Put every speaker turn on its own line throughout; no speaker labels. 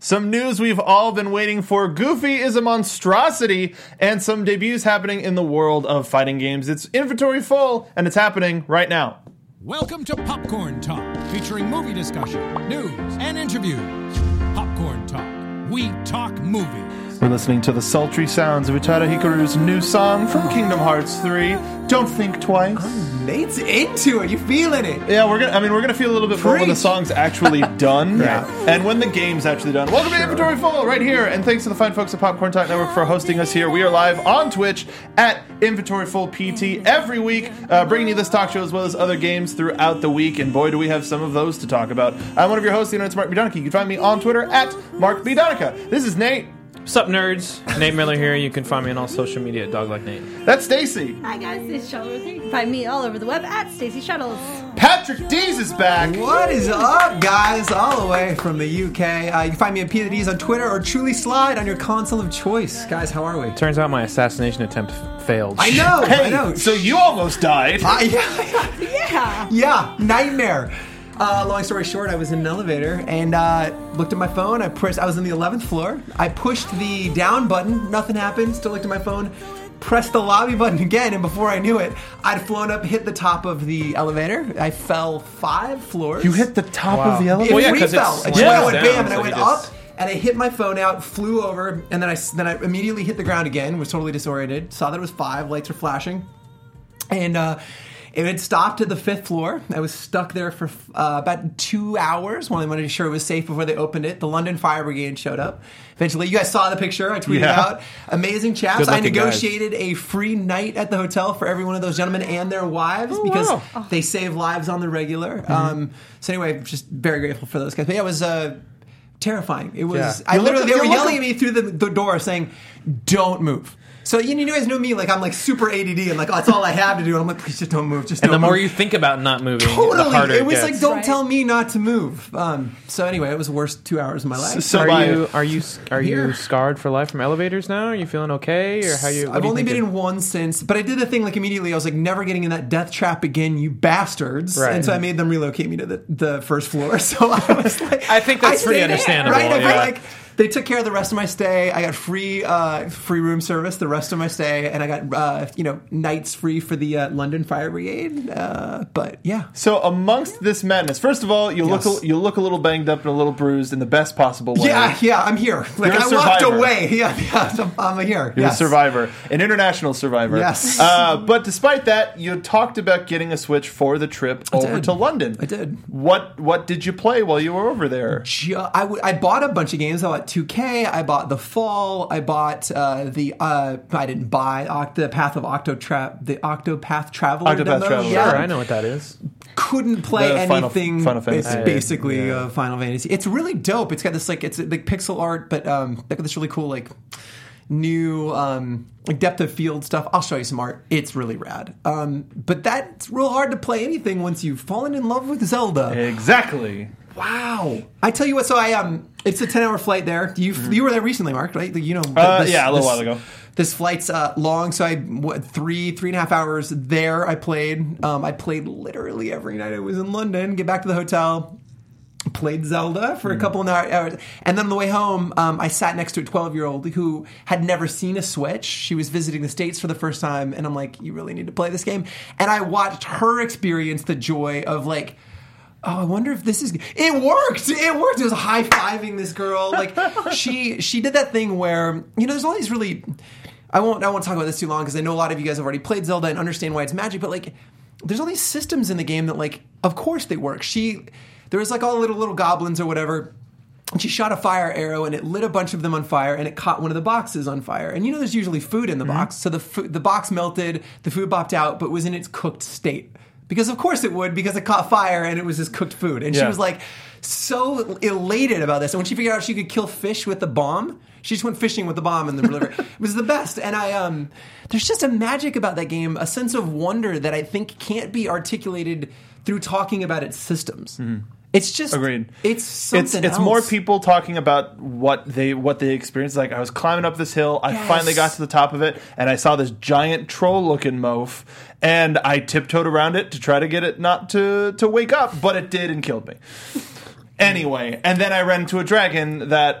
Some news we've all been waiting for Goofy is a monstrosity, and some debuts happening in the world of fighting games. It's inventory full, and it's happening right now.
Welcome to Popcorn Talk, featuring movie discussion, news, and interviews. Popcorn Talk, we talk movies.
We're listening to the sultry sounds of Utada Hikaru's new song from Kingdom Hearts 3, Don't Think Twice.
Nate's into it. You feeling it?
Yeah, we're gonna. I mean, we're gonna feel a little bit more when the song's actually done, and when the game's actually done. Welcome to Inventory Full, right here, and thanks to the fine folks at Popcorn Talk Network for hosting us here. We are live on Twitch at Inventory Full PT every week, uh, bringing you this talk show as well as other games throughout the week. And boy, do we have some of those to talk about. I'm one of your hosts, the internet's Mark B. Donica. You can find me on Twitter at Mark B. Donica. This is Nate.
What's up, nerds? Nate Miller here. You can find me on all social media at Dog Like Nate.
That's Stacy.
Hi guys, this is Shuttles. You can find me all over the web at Stacy Shuttles.
Patrick Dees is back.
What is up, guys? All the way from the UK. Uh, you can find me at Peter D's on Twitter or Truly Slide on your console of choice. Guys, how are we?
Turns out my assassination attempt failed.
I know. I
Hey,
know.
so you almost died.
I- yeah,
Yeah.
yeah, nightmare. Uh, long story short, I was in an elevator and uh, looked at my phone. I pressed. I was on the 11th floor. I pushed the down button. Nothing happened. Still looked at my phone. Pressed the lobby button again, and before I knew it, I'd flown up, hit the top of the elevator. I fell five floors.
You hit the top
Wow.
of the elevator.
It
Well, yeah,
free
'cause it
fell. It
slams
just went
down,
bam, and I
so
went
you just-
up, and I hit my phone out, flew over, and then I s- then I immediately hit the ground again. Was totally disoriented. Saw that it was five. Lights were flashing, and uh, it had stopped at the fifth floor. I was stuck there for uh, about two hours while they wanted to be sure it was safe before they opened it. The London Fire Brigade showed up. Eventually, you guys saw the picture I tweeted
Yeah.
out. Amazing chaps. I
Good-looking guys.
negotiated a free night at the hotel for every one of those gentlemen and their wives because
Oh, wow. Mm-hmm.
they save lives on the regular. Um, so anyway, just very grateful for those guys. But yeah, it was uh, terrifying. It was.
Yeah.
I
You
literally
looked-
they
you
were
looked-
yelling at me through the, the door saying, "Don't move." So you, you guys know me, like I'm like super ADD and like oh, that's all I have to do. And I'm like, please just don't move. Just
and
don't
the more
move."
you think about not moving, the
totally,
harder
it was
gets.
like, don't
Right.
tell me not to move. Um, so anyway, it was the worst two hours of my life.
So
are
by-
you are you are
Here.
you scarred for life from elevators now? Are you feeling okay, or how you? what
I've
are you
only been
thinking?
in one since, but I did the thing like immediately. I was like, never getting in that death trap again, you bastards!
Right.
And so I made them relocate me to the, the first floor. So I was like,
I think that's pretty
stayed there,
understandable,
right? I feel
yeah.
like they took care of the rest of my stay. I got free uh, free room service the rest of my stay, and I got uh, you know nights free for the uh, London Fire Brigade. Uh, but yeah,
So amongst this madness, first of all, you
Yes.
look a, you look a little banged up and a little bruised in the best possible way.
yeah, yeah, I'm here. Like
You're a
I walked
survivor.
away. Yeah, yeah, I'm, I'm here.
You're
yes.
a survivor, an international survivor.
Yes.
Uh, but despite that, you talked about getting a Switch for the trip over
did.
to London.
I did.
What What did you play while you were over there?
ju- I, w- I bought a bunch of games. I bought 2K. I bought The Fall. I bought uh, the uh, I didn't buy Oct- the Path of Octotrap, the Octopath Traveler.
Octopath
demo.
Traveler.
Yeah,
Sure, I know what that is.
couldn't play
The Final-
anything.
Final Fantasy.
It's basically uh, Final Fantasy. It's really dope. It's got this like it's like pixel art, but um, they got this really cool like new um like depth of field stuff. I'll show you some art. It's really rad. Um, but that's real hard to play anything once you've fallen in love with Zelda.
Exactly.
Wow! I tell you what. So I um, it's a ten-hour flight there. You you were there recently, Mark, right? You know,
Mm-hmm. Uh, yeah, a little while ago.
This flight's uh, long, so I what, three three and a half hours there. I played. Um, I played literally every night. I was in London. Get back to the hotel. Played Zelda for
Mm.
a couple of hou- hours, and then on the way home, um, I sat next to a twelve-year-old who had never seen a Switch. She was visiting the states for the first time, and I'm like, "You really need to play this game." And I watched her experience the joy of like oh, I wonder if this is. It worked. It worked. It was high fiving this girl. Like she she did that thing where you know there's all these really. I won't I won't talk about this too long because I know a lot of you guys have already played Zelda and understand why it's magic. But like, there's all these systems in the game that like, of course they work. She there was like all the little little goblins or whatever. And she shot a fire arrow and it lit a bunch of them on fire and it caught one of the boxes on fire. And you know, there's usually food
Mm-hmm.
in the box. So the, fo- the box melted, the food bopped out, but was in its cooked state. Because of course it would, because it caught fire and it was just cooked food. And she
Yeah.
was like so elated about this. And when she figured out she could kill fish with the bomb, she just went fishing with the bomb in the river. it was the best. And I, um, there's just a magic about that game, a sense of wonder that I think can't be articulated through talking about its systems. It's just
Mm-hmm. Agreed.
It's something.
it's it's
else.
more people talking about what they what they experienced. Like I was climbing up this hill, I
Yes.
finally got to the top of it, and I saw this giant troll looking moaf, and I tiptoed around it to try to get it not to
Hmm.
to wake up, but it did and killed me. Anyway, and then I ran into a dragon that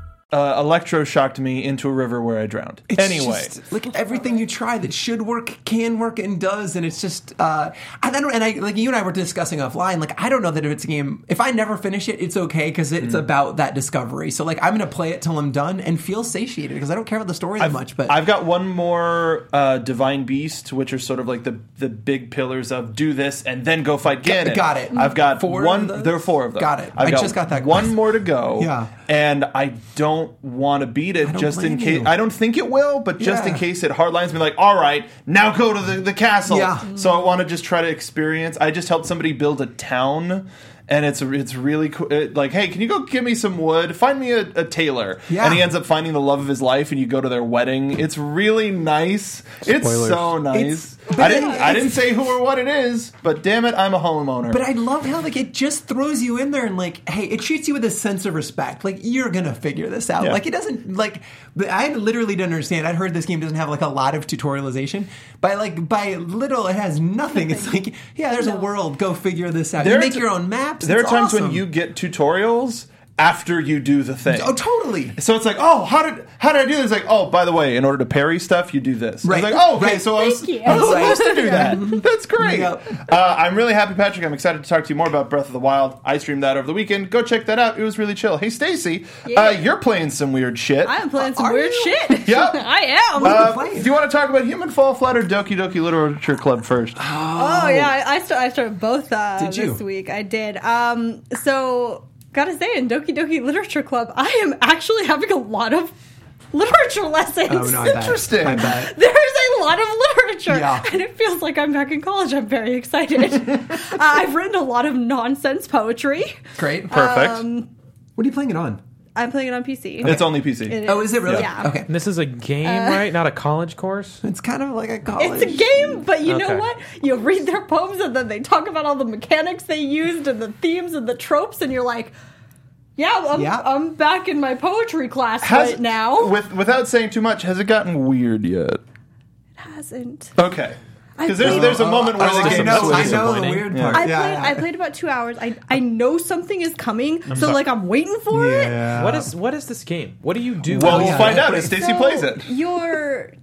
Uh, electroshocked me into a river where I drowned. anyway,
just, like everything you try that should work, can work, and does, and it's just uh, I don't. And I like you and I were discussing offline. Like I don't know that if it's a game, if I never finish it, it's okay because
Mm.
it's about that discovery. So like I'm gonna play it till I'm done and feel satiated because I don't care about the story that much. But
I've got one more uh, divine beast, which are sort of like the the big pillars of do this and then go fight Ganon.
got it.
I've got
Four of
one.
those?
There are four of them.
Got it.
I've
I just got that
one
quest.
more to go.
Yeah.
and I don't want to beat it
don't
just in
blame
case.
you.
I don't think it will, but just in
Yeah.
case it hardlines me, like all right, now go to the, the castle.
Yeah.
So I want to just try to experience. I just helped somebody build a town. And it's it's really cool. It, like, hey, can you go give me some wood? Find me a, a tailor.
Yeah.
And he ends up finding the love of his life, and you go to their wedding. It's really nice. It's
Spoilers.
so nice.
It's- but
I didn't
it-
I didn't say who or what it is, but damn it, I'm a homeowner.
But I love how like it just throws you in there and like, hey, it treats you with a sense of respect. Like you're gonna figure this out.
Yeah.
Like it doesn't like but I literally didn't understand. I'd heard this game doesn't have like a lot of tutorialization. By like by little, it has nothing. It's like yeah, there's a world. Go figure this out.
There
you
are
make
t-
your own maps.
there are
It's
times when
awesome.
you get tutorials after you do the thing.
oh totally.
So it's like, oh, how did how did I do this? Like, oh, by the way, in order to parry stuff, you do this.
Right.
It's like, oh, okay,
Right.
so I was,
Thank you.
I was
Right.
supposed to do that. That's great.
Yep.
Uh, I'm really happy, Patrick. I'm excited to talk to you more about Breath of the Wild. I streamed that over the weekend. Go check that out. It was really chill. Hey, Stacy,
Yeah.
uh, you're playing some weird shit.
I am playing some
Are
weird
you? Um,
shit.
Yep.
I am.
Uh,
playing?
do you want to talk about Human Fall Flat or Doki Doki Literature Club first?
Oh yeah, I, I, st- I started both uh,
Did you?
this week. I did. Um, so gotta say, in Doki Doki Literature Club, I am actually having a lot of literature lessons.
Oh no, I bet.
interesting.
I bet.
There's a lot of literature,
Yeah.
and it feels like I'm back in college. I'm very excited. uh, I've written a lot of nonsense poetry.
Great.
Uh, Perfect.
Um,
what are you playing it on?
I'm playing it on PC.
it's only PC.
It
Oh, is it really?
Yeah.
Okay.
And this is a game,
Uh,
right? Not a college course.
It's kind of like a college.
It's a game, but you know
Okay.
what? You read their poems and then they talk about all the mechanics they used and the themes and the tropes, and you're like, yeah, I'm,
Yeah.
I'm back in my poetry class
Has-
right now.
with without saying too much, has it gotten weird yet?
hasn't.
Okay, because there's
played-
there's a moment where
Oh,
the
I
game
know, I
switches.
know the
disappointing.
weird
Yeah.
part.
I,
yeah,
played,
yeah.
I played about two hours. I, I know something is coming, so like I'm waiting for it.
Yeah.
What is what is this game? What do you do?
Well,
Oh,
we'll
yeah.
find
Yeah.
out if Stacy plays it.
You're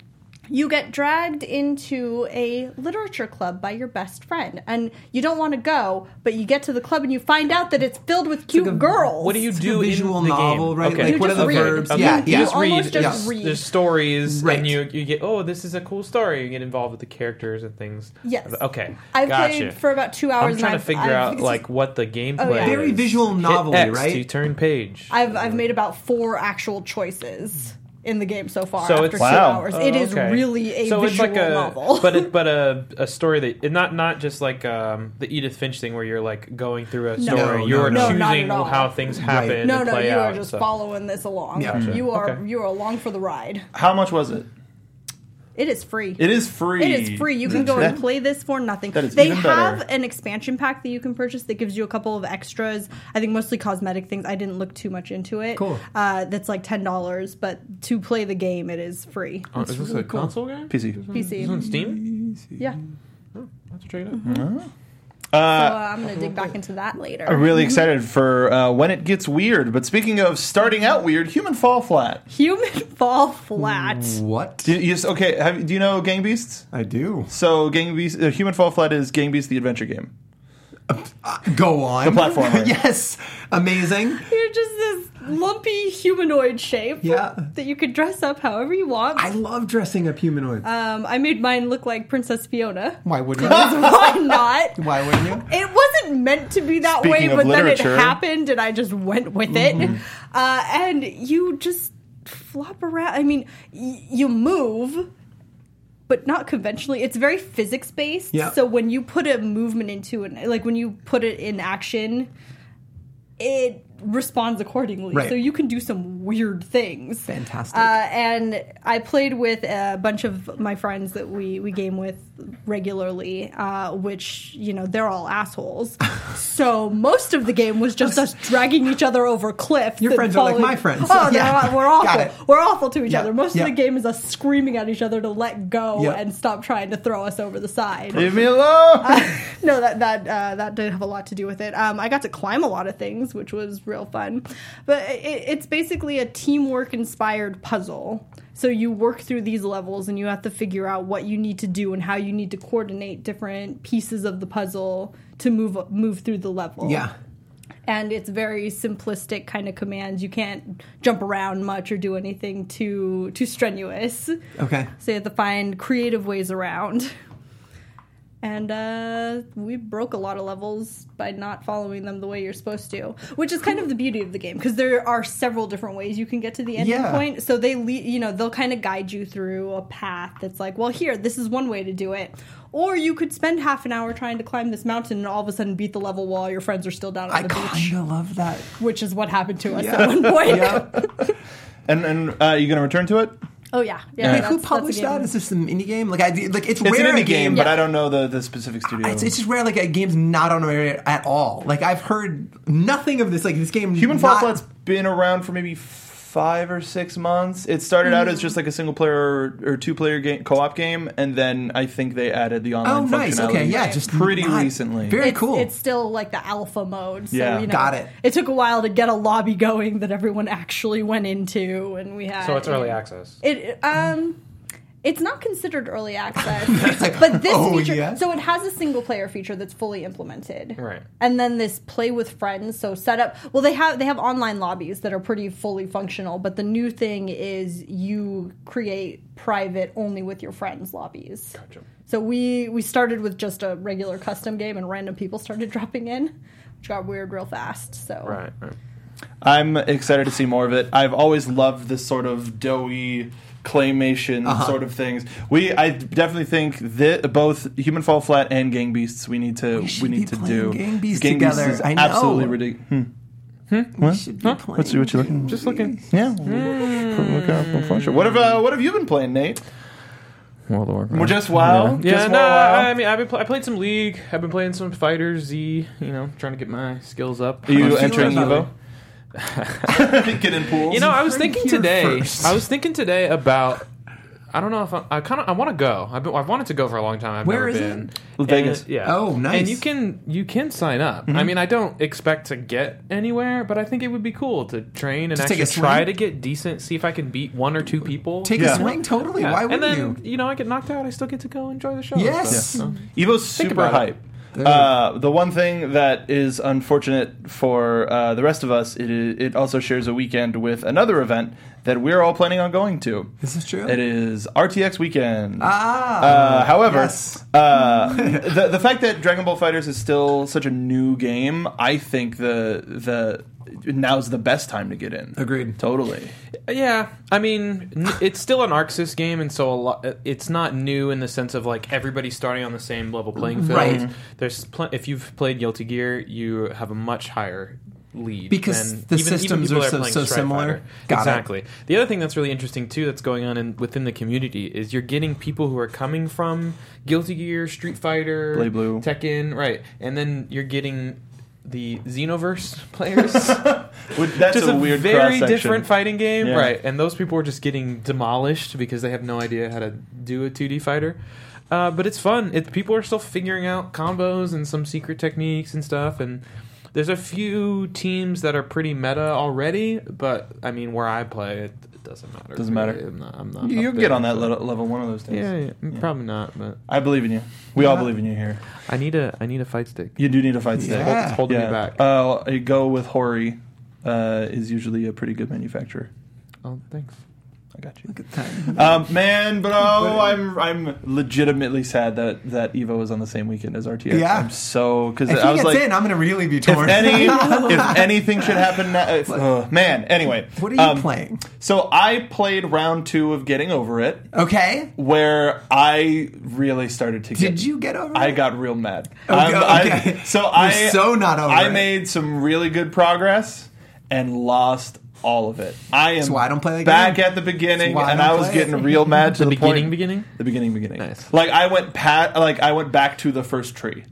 you get dragged into a literature club by your best friend, and you don't want to go, but you get to the club and you find out that it's filled with cute girls.
What do you
It's like
do
a visual
in the
novel,
game?
right? Like,
You what are just the read. verbs?
Okay.
Yeah,
you
yeah.
just
You
read.
almost just
Yes.
read.
There's stories,
Right.
and you you get oh, this is a cool story. You get involved with the characters and things.
Yes.
Okay.
I've
gotcha.
played for about two hours.
I'm trying
and
to figure
I've,
out like what the gameplay.
yeah.
Very
is.
visual
Hit
novel,
X
right?
To turn page.
I've I've made about four actual choices in the game so far.
So
after
it's-
two
Wow.
hours,
Oh,
it is
okay.
really a
so
visual
it's like a,
novel.
but it, but a, a story that and not not just like um, the Edith Finch thing where you're like going through a story.
no,
you're
no.
No, not
choosing
at all.
how things happen. and
no, no,
play
you
out
are
and
just
stuff.
following this along.
Yeah. Gotcha.
You are
Okay.
you are along for the ride.
How much was it?
It is free.
It is free.
It is free. You can go and play this for nothing.
That is
they
even
have
better.
an expansion pack that you can purchase that gives you a couple of extras. I think mostly cosmetic things. I didn't look too much into it.
Cool.
Uh, that's like ten dollars, but to play the game, it is free.
Oh, is this a console game?
PC.
On
Mm.
PC.
Steam?
Yeah.
I have to check it out.
So uh, I'm gonna dig back into that
I'm
later.
really excited for uh, when it gets weird. But speaking of starting out weird, Human Fall Flat.
Human fall flat.
What?
Do you, just- okay, have, do you know Gang Beasts?
I do.
So Gang Beasts, uh, Human Fall Flat is Gang Beasts the adventure game.
Go on.
The platformer.
yes. Amazing.
You're just this lumpy humanoid shape.
Yeah.
That you could dress up however you want.
I love dressing up humanoids.
um, I made mine look like Princess Fiona.
Why wouldn't you?
Why not?
Why wouldn't you?
It wasn't meant to be that
Speaking
way,
of
but
literature. Mm-hmm.
then it happened, and I just went with it. Uh, and you just flop around. I mean, y- you move, but not conventionally. It's very physics based.
Yeah.
So when you put a movement into it, like when you put it in action, it responds accordingly.
Right.
So you can do some weird things.
Fantastic.
Uh, and I played with a bunch of my friends that we we game with regularly, uh, which you know they're all assholes. so most of the game was just us dragging each other over cliffs.
Your
and
friends are like
falling-
my friends.
Oh,
Yeah.
no, we're
Got
awful.
it.
We're awful to each
Yeah.
other. Most
Yeah.
of the game is us screaming at each other to let go
Yeah.
and stop trying to throw us over the side.
Leave me alone.
No, that that uh, that did have a lot to do with it. Um, I got to climb a lot of things, which was real fun. But it, it's basically a teamwork inspired puzzle. So you work through these levels, and you have to figure out what you need to do and how you need to coordinate different pieces of the puzzle to move move through the level
Yeah.
and it's very simplistic kind of commands. You can't jump around much or do anything too too strenuous.
Okay.
So you have to find creative ways around. And uh, we broke a lot of levels by not following them the way you're supposed to, which is kind of the beauty of the game because there are several different ways you can get to the ending
Yeah.
point. So they, lead, you know, they'll kind of guide you through a path that's like, well, here, this is one way to do it, or you could spend half an hour trying to climb this mountain and all of a sudden beat the level while your friends are still down
I
at the beach,
kind of love that.
which is what happened to us at one point.
Yeah.
and and uh, you gonna return to it?
Oh yeah, yeah.
Like,
Like,
that's-
who
that's a
published
game.
that? Is this an indie game? Like I like
It's
it's, rare
an
a
indie game, but
Yeah.
I don't know the, the specific studio.
It's, it's just rare, like a game's not on Rare at all. Like I've heard nothing of this. Like this game,
Human Fall
not,
Flat's been around for maybe five or six months. It started
Hmm.
out as just like a single player or, or two player game, co op game, and then I think they added the
Oh,
online.
nice.
functionality
Okay, yeah, just
pretty
not-
recently.
Very
it's,
cool.
It's still like the alpha mode. So,
Yeah.
you know,
Got it.
It took a while to get a lobby going that everyone actually went into, and we had.
So it's early access.
It um. It's not considered early access,
like,
but this
oh,
feature.
yeah?
So it has a single player feature that's fully implemented,
Right.
And then this play with friends. So set up. Well, they have they have online lobbies that are pretty fully functional, but the new thing is you create private only with your friends lobbies. So we we started with just a regular custom game, and random people started dropping in, which got weird real fast. So
Right, right.
I'm excited to see more of it. I've always loved this sort of doughy claymation
Uh-huh.
sort of things. We, I definitely think that both Human Fall Flat and Gang Beasts, we need to, we,
should
need
be
to
playing
do.
Gang Beasts together.
is
I know.
absolutely ridiculous.
Should be playing.
What's what you looking? Just looking. Yeah. Look up on Flusher. What have uh, what have you been playing, Nate?
World of Warcraft.
Well, just WoW.
Yeah,
Just
no,
WoW.
I mean, I've been pl- I played some League. I've been playing some Fighter Z. You know, trying to get my skills up.
Are you
Um,
entering
about
Evo? Get in pools.
You know, I was
Heard it
thinking
here
today.
first.
I was thinking today about. I don't know if I'm, I kind of I want to go. I've, been, I've wanted to go for a long time. I've
Where
never
is
been. And-
Vegas.
yeah.
Oh, nice. Mm-hmm.
And you can you can sign up. I mean, I don't expect to get anywhere, but I think it would be cool to train and
Just take
actually
a
try
swing?
to get decent. See if I can beat one or two people.
Take
Yeah.
a swing, totally.
Yeah.
Why
and
wouldn't
then
you?
you? know I get knocked out. I still get to go enjoy the show.
Yes.
So-
Evo's super
about it.
hype. Uh, the one thing that is unfortunate for uh, the rest of us, it, it also shares a weekend with another event that we're all planning on going to.
This is true.
It is RTX weekend.
Ah.
Uh, however,
yes.
uh, the the fact that Dragon Ball Fighters is still such a new game, I think the the now's the best time to get in.
Agreed.
Totally.
Yeah, I mean, n- it's still an Arxis game, and so a lot. It's not new in the sense of like everybody's starting on the same level playing field.
Right.
There's pl- if you've played Guilty Gear, you have a much higher lead
Because
than
the
even- even
systems
people
are
that
so-
playing
so
Strike
similar.
Fighter.
Got it.
exactly. The other thing that's really interesting too that's going on in, within the community is you're getting people who are coming from Guilty Gear, Street Fighter,
Play Blue.
Tekken, right, and then you're getting the Xenoverse players.
Would- That's
just
a, weird
very
cross-section.
different fighting game,
Yeah.
right? And those people are just getting demolished because they have no idea how to do a 2D fighter. Uh, but it's fun. It, people are still figuring out combos and some secret techniques and stuff. And there's a few teams that are pretty meta already, but I mean, where I play, it, it doesn't matter.
Doesn't matter.
I'm not, I'm not
You- You'll
up
get
there,
on that
so-
level, level one of those days.
Yeah, yeah, probably not. But
I believe in you. We all believe in you here.
I need a I need a fight stick.
You do need a fight stick.
Yeah.
It's holding me back.
Uh, a go with Hori uh, is usually a pretty good manufacturer.
oh, thanks.
I got you.
Look at that.
Um, man, but oh, I'm I'm legitimately sad that that Evo is on the same weekend as RTX.
Yeah.
I'm so because
If
I
he
was
gets
like,
in, I'm going to really be
if
torn.
any if anything should happen, now, if, ugh, man. Anyway,
what are you
Um,
playing?
So I played round two of Getting Over It,
Okay.
where I really started to.
Did
get,
you get over
I
it?
got real mad.
Okay,
I'm- I-
okay.
so
You're
I
so not over
I
it.
made some really good progress, and lost all of it. I am
why I don't play that
back
game.
at the beginning,
why I
and
don't
I was
play it.
getting real mad to the,
beginning,
point-
beginning?
the beginning, beginning.
Nice.
Like I went pat, like I went back to the first tree,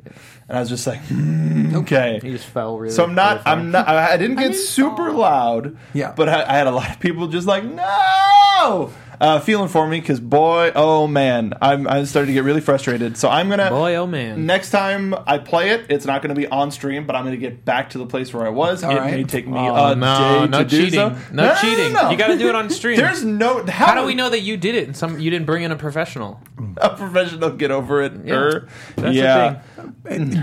and I was just like, "Hmm, okay,
He just fell really.
so I'm not.
really far.
I'm not. I I didn't get super loud.
Yeah.
But I, I had a lot of people just like no. Uh, feeling for me because boy, oh man, I'm I started to get really frustrated. So I'm gonna
Boy, oh man.
Next time I play it, it's not gonna be on stream, but I'm gonna get back to the place where I was.
All
it
right.
may take me
Oh,
a
no,
day
no
to do
cheating.
so.
No, cheating. You got to do it on stream.
There's no. How,
How do we know that you did it? And some you didn't bring in a professional.
a professional get over it?
Yeah.
Er,
That's the
yeah.
thing.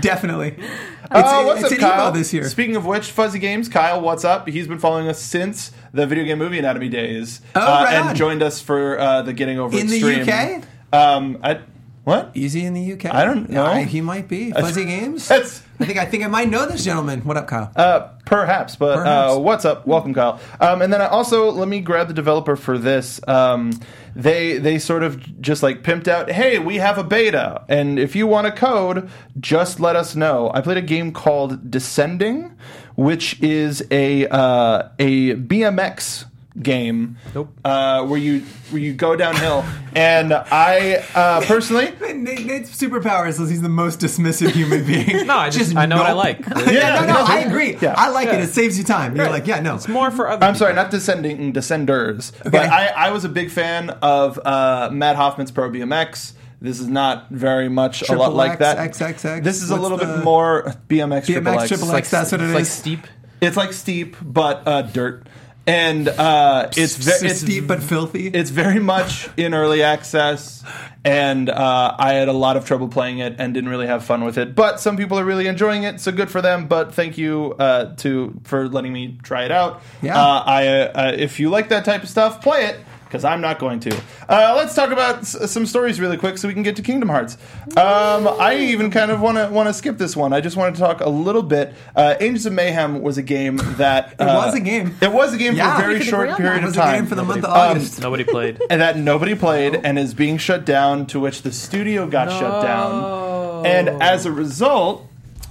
Definitely. It's,
Uh, what's
it's
up,
an
Kyle?
email this year.
Speaking of which, Fuzzy Games, Kyle, what's up? He's been following us since the video game movie anatomy days,
Oh,
uh,
right
and
on.
joined us for uh, the getting over
In
It
the
stream.
UK?
Um, I, what?
Easy in the UK.
I don't know.
I- he might be fuzzy games.
That's-
I think I think I might know this gentleman. What up, Kyle?
Uh, perhaps, but Uh,
Perhaps.
what's up? Welcome, Kyle. Um, and then I also let me grab the developer for this. Um, they they sort of just like pimped out, hey, we have a beta, and if you want a code, just let us know. I played a game called Descending, which is a uh, a BMX game.
Nope.
Uh, where you where you go downhill, and I uh, personally.
Nate, Nate's superpowers is he's the most dismissive human being.
No, I just, I know what I
nope.
like.
yeah, no, no, I agree.
Yeah.
I like it. It saves you time. You're like, yeah, no.
It's more for other.
I'm sorry, not descending, descenders. But I, I was a big fan of uh, Matt Hoffman's Pro BMX. This is not very much a lot
Triple
like
X,
that.
XXX.
This is a
What's
little
the-
bit more BMX, triple
BMX
X.
triple
It's like-
X. That's what it
it's like
is.
steep.
It's like steep, but uh, dirt. And uh, it's, ve-
It's
it's
steep but filthy.
it's very much in early access, and uh, I had a lot of trouble playing it and didn't really have fun with it. But some people are really enjoying it, so good for them. But thank you uh, to for letting me try it out.
Yeah.
Uh, I uh, uh, if you like that type of stuff, play it because I'm not going to. Uh, let's talk about s- some stories really quick so we can get to Kingdom Hearts. Um, I even kind of want to want to skip this one. I just want to talk a little bit. Uh, Angels of Mayhem was a game that it
was a game.
It was a game
Yeah.
for a very
We can
agree
short
on
period
that.
It
of
was a
time
game for the month of
Um,
August.
Nobody played.
and that nobody played and is being shut down to which the studio got shut down and as a result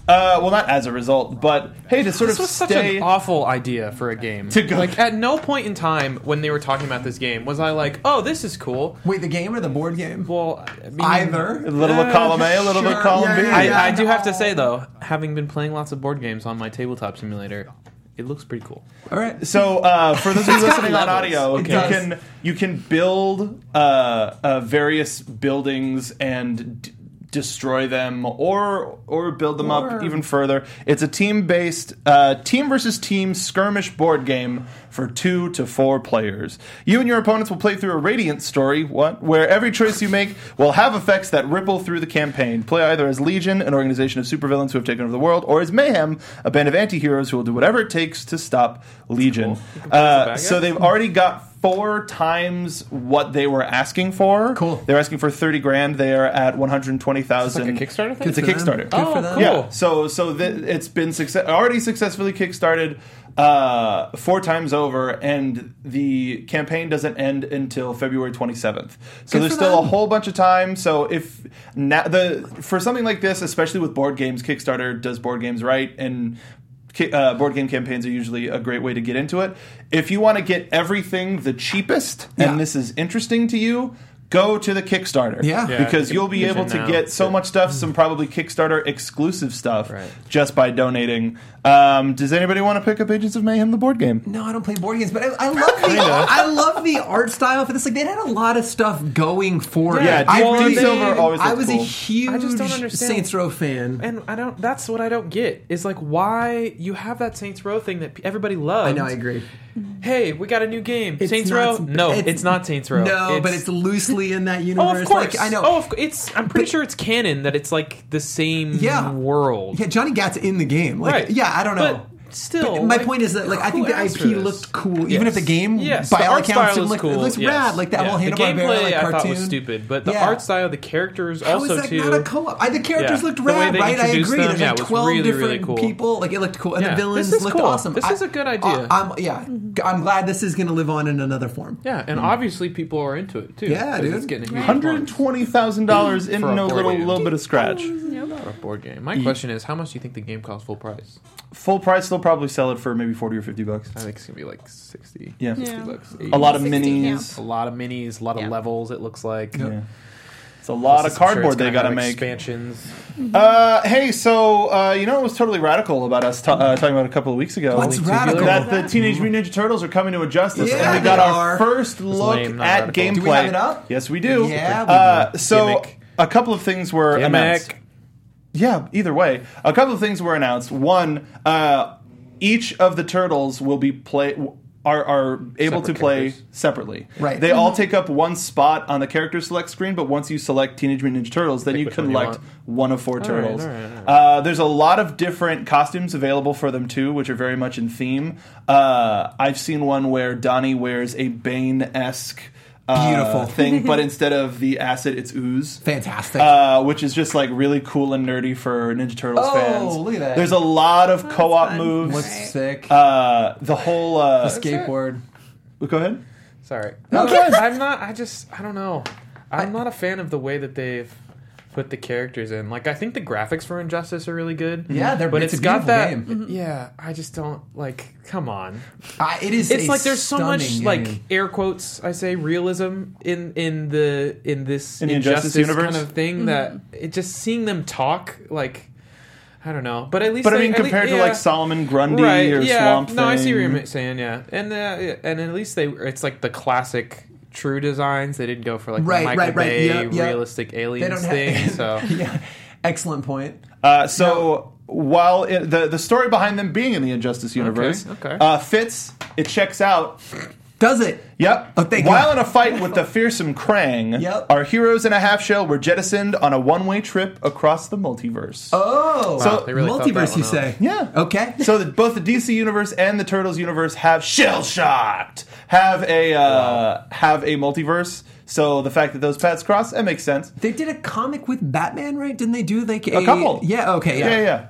uh, well not as a result but hey to sort
This
of
was such
stay
an awful idea for a game.
To go-
Like at no point in time when they were talking about this game was I like, oh, this is cool.
Wait, the game or the board game?
Well, I mean,
a
Uh,
Either.
little bit column A, a little bit
Sure,
column
yeah,
B.
yeah,
I,
yeah.
I do have to say though, having been playing lots of board games on my tabletop simulator, it looks pretty cool.
All right.
So uh, for those of you listening on audio,
It
you
does.
can you can build uh, uh, various buildings and d- destroy them, or or build them up even further. It's a team based uh, team versus team skirmish board game for two to four players. You and your opponents will play through a radiant story, what where every choice you make will have effects that ripple through the campaign. Play either as Legion, an organization of supervillains who have taken over the world, or as Mayhem, a band of anti-heroes who will do whatever it takes to stop Legion. Uh,
bad
so
guy.
they've already got four times what they were asking for.
Cool.
They're asking for thirty grand. They are at one hundred twenty thousand.
It's like a Kickstarter thing?
It's a
Good for them.
Kickstarter.
Good for
Oh,
them.
cool.
Yeah. So so th- it's been success already successfully kickstarted uh, four times over, and the campaign doesn't end until February 27th. So
Good
there's
for
still a
them.
whole bunch of time. So if now the for something like this, especially with board games, Kickstarter does board games right and. ki- Uh, board game campaigns are usually a great way to get into it. If you want to get everything the cheapest,
Yeah.
and this is interesting to you, go to the Kickstarter.
Yeah. Mm. Yeah,
because you'll be
Vision
able to
now.
get so much stuff, some probably Kickstarter exclusive stuff,
Right.
just by donating. Um, does anybody want to pick up Agents of Mayhem, the board game?
No, I don't play board games, but I, I love the I love the art style for this. Like they had a lot of stuff going for it.
Yeah,
I
Deep
really-
Silver always
I
looked
was a
cool.
huge
I just don't understand.
Saints Row fan.
And I don't. That's what I don't get. Is like why you have that Saints Row thing that pe- everybody loves.
I know, I agree.
Hey, we got a new game.
It's
Saints
not-
Row? No, it's, not Saints Row.
No, but it's loosely in that
Oh,
universe.
of course.
Like, I know.
Oh, of, cou- it's. I'm pretty sure it's canon that it's like the same
Yeah.
world.
Yeah, Johnny Gat's in the game. Like,
Right.
yeah, I don't know.
But still,
my
like,
point is that like I think
who
the
asked
IP
for this?
looked cool, even if the game
Yes,
by
the
all
art
accounts
style
didn't
is
look,
cool.
it looks
yes.
rad. Like that
Yeah.
whole
the
Hanna Barbera
gameplay
like
I
cartoon.
thought was stupid, but the
Yeah.
art style, the characters
How
also
is that
too.
not a co-op? I, the characters
Yeah.
looked
The way
rad,
they
right? I
introduced
agree.
them,
There's
yeah, it
like
was
twelve
really, really
different
cool.
people. Like it looked cool, and
Yeah.
the villains
This is
looked
cool.
awesome.
This
I-
is a good idea.
I, am yeah, I'm glad this is going to live on in another form.
yeah, and obviously people are into it too.
Hmm. Yeah,
'cause
dude.
It's getting a huge
Hundred
response.
twenty thousand dollars in
For a
no
board
little
game.
little bit of scratch.
not a board game. My question is, how much do you think the game costs full price?
Full price, they'll probably sell it for maybe forty or fifty bucks.
I think it's gonna be like sixty.
Yeah.
60
Yeah.
bucks.
A lot of
16, yeah.
minis.
a lot of minis, a lot
Yeah.
of levels. It looks like
Yeah. It's a lot of
I'm sure it's
cardboard
gonna
they got to
have
make.
expansions.
Uh, hey, so uh, you know what was totally radical about us ta- uh, talking about a couple of weeks ago?
What's
Only two
radical?
people.
that the Teenage Mutant Ninja Turtles are coming to a justice,
Yeah,
and we got
they
our
are.
first look
lame, not
at
radical.
gameplay.
Do
we have it up?
Yes, we do.
Yeah, we
uh, So
Gimmick.
a couple of things were announced.
Gimmick.
Yeah, either way, a couple of things were announced. One, uh, each of the turtles will be play are are able
Separate
to play
characters.
separately.
Right. Mm-hmm.
They all take up one spot on the character select screen, but once you select Teenage Mutant Ninja Turtles, then you
which one you
collect
want.
one of four
right,
turtles.
all right, all right.
Uh, there's a lot of different costumes available for them too, which are very much in theme. Uh, I've seen one where Donnie wears a Bane esque uh,
Beautiful.
thing, but instead of the acid, it's ooze.
Fantastic.
Uh, which is just like really cool and nerdy for Ninja Turtles
Oh,
fans.
look at that.
There's a lot of co-op
fun.
moves.
What's
Right.
sick?
uh, the whole uh,
Skateboard.
go ahead.
Sorry,
No, go ahead.
I'm not. I just. I don't know. I'm not a fan of the way that they've put the characters in. Like, I think the graphics for Injustice are really good.
Yeah, they're-
but
it's a
got that.
beautiful
Yeah, I just don't like. Come on,
Uh, it is.
it's
a
like there's so much
stunning
like
game.
air quotes I say realism in in the in this
In the Injustice universe?
kind of thing that it just seeing them talk like I don't know, but at least
But I
they-
mean,
at lea-
compared to
yeah.
like Solomon Grundy
right?
or
yeah,
Swamp Thing.
no, I see what you're saying. Yeah, and uh, yeah, and at least they it's like the classic. True designs. They didn't go for like
Right,
the Michael
right, right.
Bay
Yep, yep.
realistic
They
aliens
don't have-
thing. So
yeah. Excellent point.
Uh, so while it, the the story behind them being in the Injustice universe
okay.
Uh, fits, it checks out.
Does it?
Yep.
Oh, thank
While in
God.
a fight with the fearsome Krang,
Yep.
our heroes in a half shell were jettisoned on a one way trip across the multiverse.
Oh,
So-
they really thought that
multiverse,
one
you
out.
say?
Yeah.
Okay.
So that both the DC universe and the Turtles universe have shell shocked, have a uh, have a multiverse. So the fact that those paths cross, that makes sense.
They did a comic with Batman, right? Didn't they do like a,
A couple,
Yeah. Okay. Yeah.
yeah, yeah.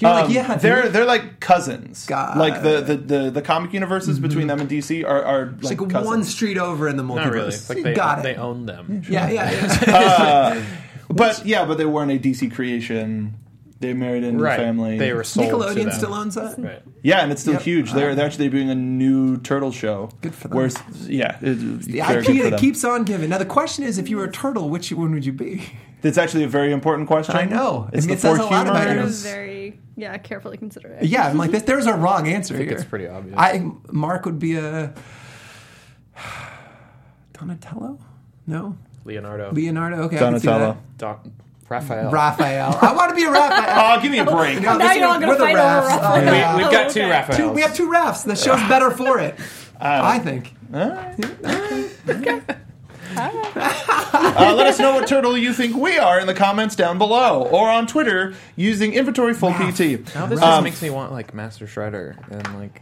You're like,
Um,
yeah,
they're
dude.
they're like cousins.
God.
Like the the, the, the comic universes between them and DC are, are
Mm-hmm. It's
like,
like
cousins.
one street over in the multiverse.
not really. It's like they
Got
they
it.
own them.
yeah, yeah, yeah.
But yeah, but they weren't a DC creation. They married into
Right.
the family.
They were sold to
Nickelodeon
them.
still owns that.
Right.
yeah, and it's still
Yep.
huge. They're they're actually doing a new turtle show.
Good for them.
Where it's- yeah, it,
The
very good
IP
for
that
them.
keeps on giving. Now the question is, if you were a turtle, which one would you be?
That's actually a very important question.
I know.
It's
I mean,
the
it says
four
a lot about
That
you.
was
humors.
very yeah, carefully considered.
Yeah, I'm like this. There's a wrong answer I think
it's pretty obvious.
I Mark would be a Donatello. No,
Leonardo,
Leonardo. Okay, I
Donatello.
can see
Doc, Raphael.
that. Raphael. I want to be a Raphael.
Oh, give me a break.
No,
Now
this
you're all
one-
gonna
we're the
fight over
Raphs. Oh,
Raphael.
yeah.
We, have got two
Okay.
Raphaels.
Two- we have two Raphs. The show's better for it. I think.
Uh, let us know what turtle you think we are in the comments down below or on Twitter using inventory full PT.
Now this just
Um,
makes me want like Master Shredder and like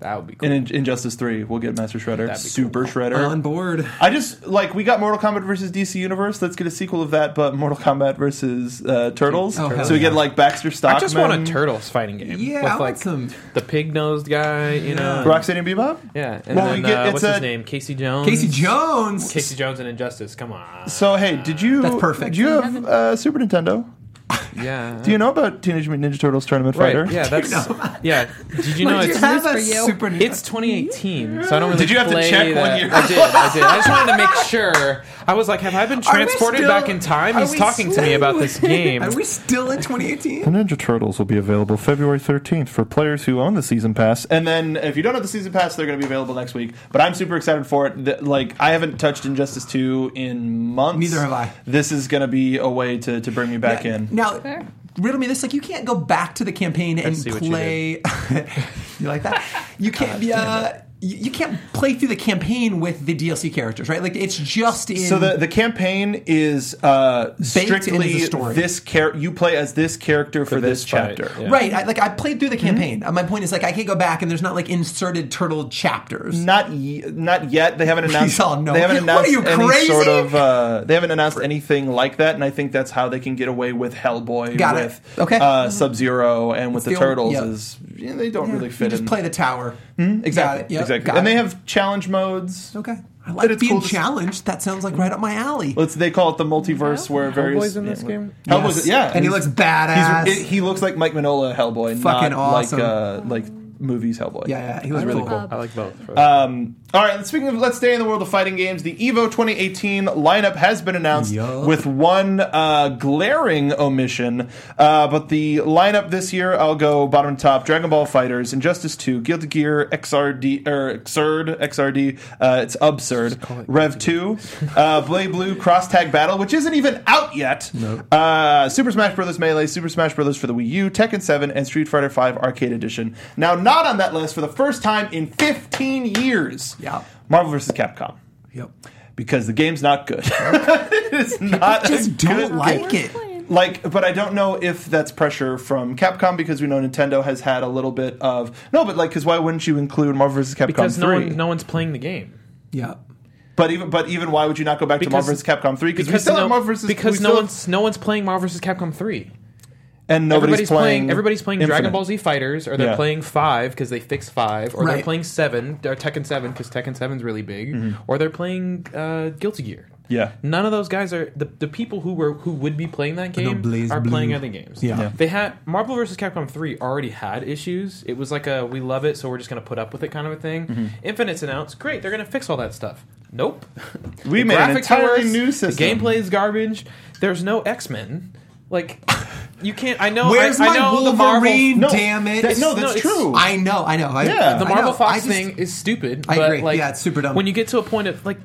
that would be cool.
in In- Injustice 3, we'll get Master Shredder,
be
Super Shredder.
On board.
I just like we got Mortal Kombat versus DC Universe. Let's get a sequel of that, but Mortal Kombat versus uh, Turtles.
Oh, hell
so we get
yeah.
like Baxter Stockman.
I just want a turtles fighting game.
Yeah, I
with
want
like
some-
the pig nosed guy, you know.
Rocksteady and Bebop.
Yeah, and
Well, we
then
get-
uh,
it's
what's
a-
his name? Casey Jones.
Casey Jones.
Casey Jones and Injustice. Come on.
So hey, did you?
That's
Did
perfect.
you have uh, Super Nintendo?
Yeah.
Do you know about Teenage Mutant Ninja Turtles Tournament
Right.
Fighter?
Yeah. That's. Yeah. Did you know
Did
it's
you have a
for you.
super?
It's 2018, so I don't really.
Did you have to
play
check
that.
when you-
I did. I did. I just wanted to make sure. I was like, have I been
Are we
transported
still-
back in time?
are
He's
we
talking to me
still-
about this game.
Are we still in 2018?
The Ninja Turtles will be available February 13th for players who own the season pass. And then if you don't have the season pass, they're going to be available next week. But I'm super excited for it. Th- Like, I haven't touched Injustice 2 in months.
Neither have I.
This is going to be a way to, to bring me back in.
Now, riddle me this: like you can't go back to the campaign and
see what you
play. You, like that? You can't. uh, you you can't play through the campaign with the DLC characters, right? Like it's just in.
So the, the campaign is uh,
into
strictly
the story.
this char- You play as this character for, this,
this fight,
chapter.
yeah.
Right, I, like I played through the
Hmm?
campaign. Uh, My point is, like, I can't go back, and there's not like inserted turtle chapters.
Not y- not yet. They haven't announced.
all know.
They haven't
What
announced
are you,
any
crazy?
sort of. Uh, they haven't announced anything like that, and I think that's how they can get away with Hellboy,
Got it.
with
Okay. Mm-hmm.
uh, Sub Zero, and with the,
the old-
Turtles
yeah.
is yeah, they don't really fit.
You just
in. Hmm?
play the tower.
exactly,
Got it. Yep,
exactly.
got
And they
it.
have challenge modes.
Okay. I
And
like
it's
being
cool to-
challenged. That sounds like right up my alley.
Let's they call it the multiverse where various
Hellboy's in this
yeah,
game?
Hellboy's
Yes.
yeah,
And he looks badass.
He's, he looks like Mike Manola Hellboy,
Fucking
not
awesome.
like uh, like movies Hellboy.
yeah, yeah, he was really cool.
I like both.
Um, all right. Speaking of, let's stay in the world of fighting games. The Evo 2018 lineup has been announced
Yup.
with one uh, glaring omission, uh, but the lineup this year, I'll go bottom to top: Dragon Ball Fighters, Injustice 2, Guilty Gear, XRD or XRD, XRD. Uh, it's absurd. Rev 2, uh, Blade Blue, Cross Tag Battle, which isn't even out yet. Uh, Super Smash Bros. Melee, Super Smash Bros. for the Wii U, Tekken 7, and Street Fighter 5 Arcade Edition. Now, not on that list for the first time in 15 years.
Yeah.
Marvel vs. Capcom.
Yep.
Because the game's not good. it's not. a
Just
good
don't
game.
like it.
Like, but I don't know if that's pressure from Capcom because we know Nintendo has had a little bit of no, but like, because why wouldn't you include Marvel vs. Capcom
because no,
three?
one, no one's playing the game.
Yeah.
But even but even why would you not go back to Marvel vs. Capcome three? Because we still
no,
have Marvel vs.
because
we
no
still-
one's no one's playing Marvel vs. Capcom three.
and nobody's
everybody's playing,
playing.
everybody's playing Dragon
Infinite.
Ball Z Fighters, or they're
Yeah.
playing Five because they fixed Five, or they're
Right.
playing Seven or Tekken Seven because Tekken Seven's really big, or they're playing uh, Guilty Gear.
Mm-hmm. Yeah.
none of those guys are the, the people who were who would be playing that game
Blaze
are
Blue.
playing other games.
Yeah. Yeah.
they had Marvel vs. Capcom Three already had issues. It was like a we love it, so we're just going to put up with it kind of a thing.
Mm-hmm.
Infinite's announced, great, they're going to fix all that stuff. Nope,
We
The
made an
graphics are
entirely
worse.
new system.
The gameplay is garbage. There's no X Men. Like, you can't. I know.
Where's
I, I
my
know the
Wolverine?
Marvel.
No,
Damn it.
that- no,
No,
that's
it's-
true.
I know, I know. I,
Yeah.
The
I
Marvel
know.
Fox
I just-
thing is stupid.
I
but,
agree.
Like,
Yeah, it's super dumb.
When you get to a point of like.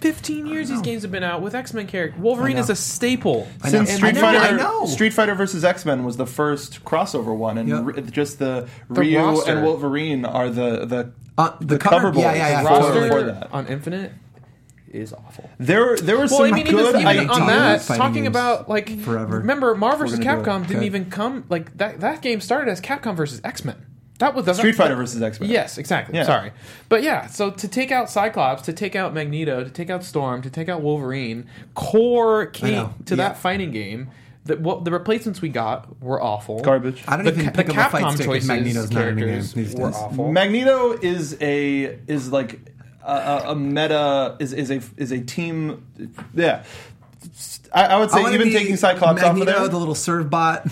15 years these games have been out with X-Men characters.
I
Wolverine
know.
is a staple.
I know.
Since
And-
Street
I know,
Fighter,
I know.
Street Fighter versus X Men was the first crossover one, and
Yep.
re- just the,
The
Ryu
roster.
and Wolverine are the the
Uh, the, cover,
cover
Yeah,
boy.
yeah, yeah.
The
roster
Before that.
on Infinite is awful.
there there were
Well,
some
I mean,
good E
even, even
ideas.
on that,
Fighting
talking
games
about like
forever.
Remember, Marvel vs.
gonna do it.
Capcom didn't
Okay.
even come like that. That game started as Capcom versus X-Men. That was that's
Street Fighter versus X-Men.
Yes, exactly.
Yeah.
Sorry, but yeah. So to take out Cyclops, to take out Magneto, to take out Storm, to take out Wolverine, core key
know.
to
Yeah.
that fighting game. The, what the replacements we got were awful.
Garbage.
I don't
the,
even
ca-
pick
the
up a
Capcom
fight stick if
choices
Magneto's not in the game
characters
these
were
days.
awful.
Magneto is a is like a, a, a meta is is a is a team. Yeah, I, I would say
I wanna
even
be
taking Cyclops
Magneto,
off of
the
there.
little serve bot.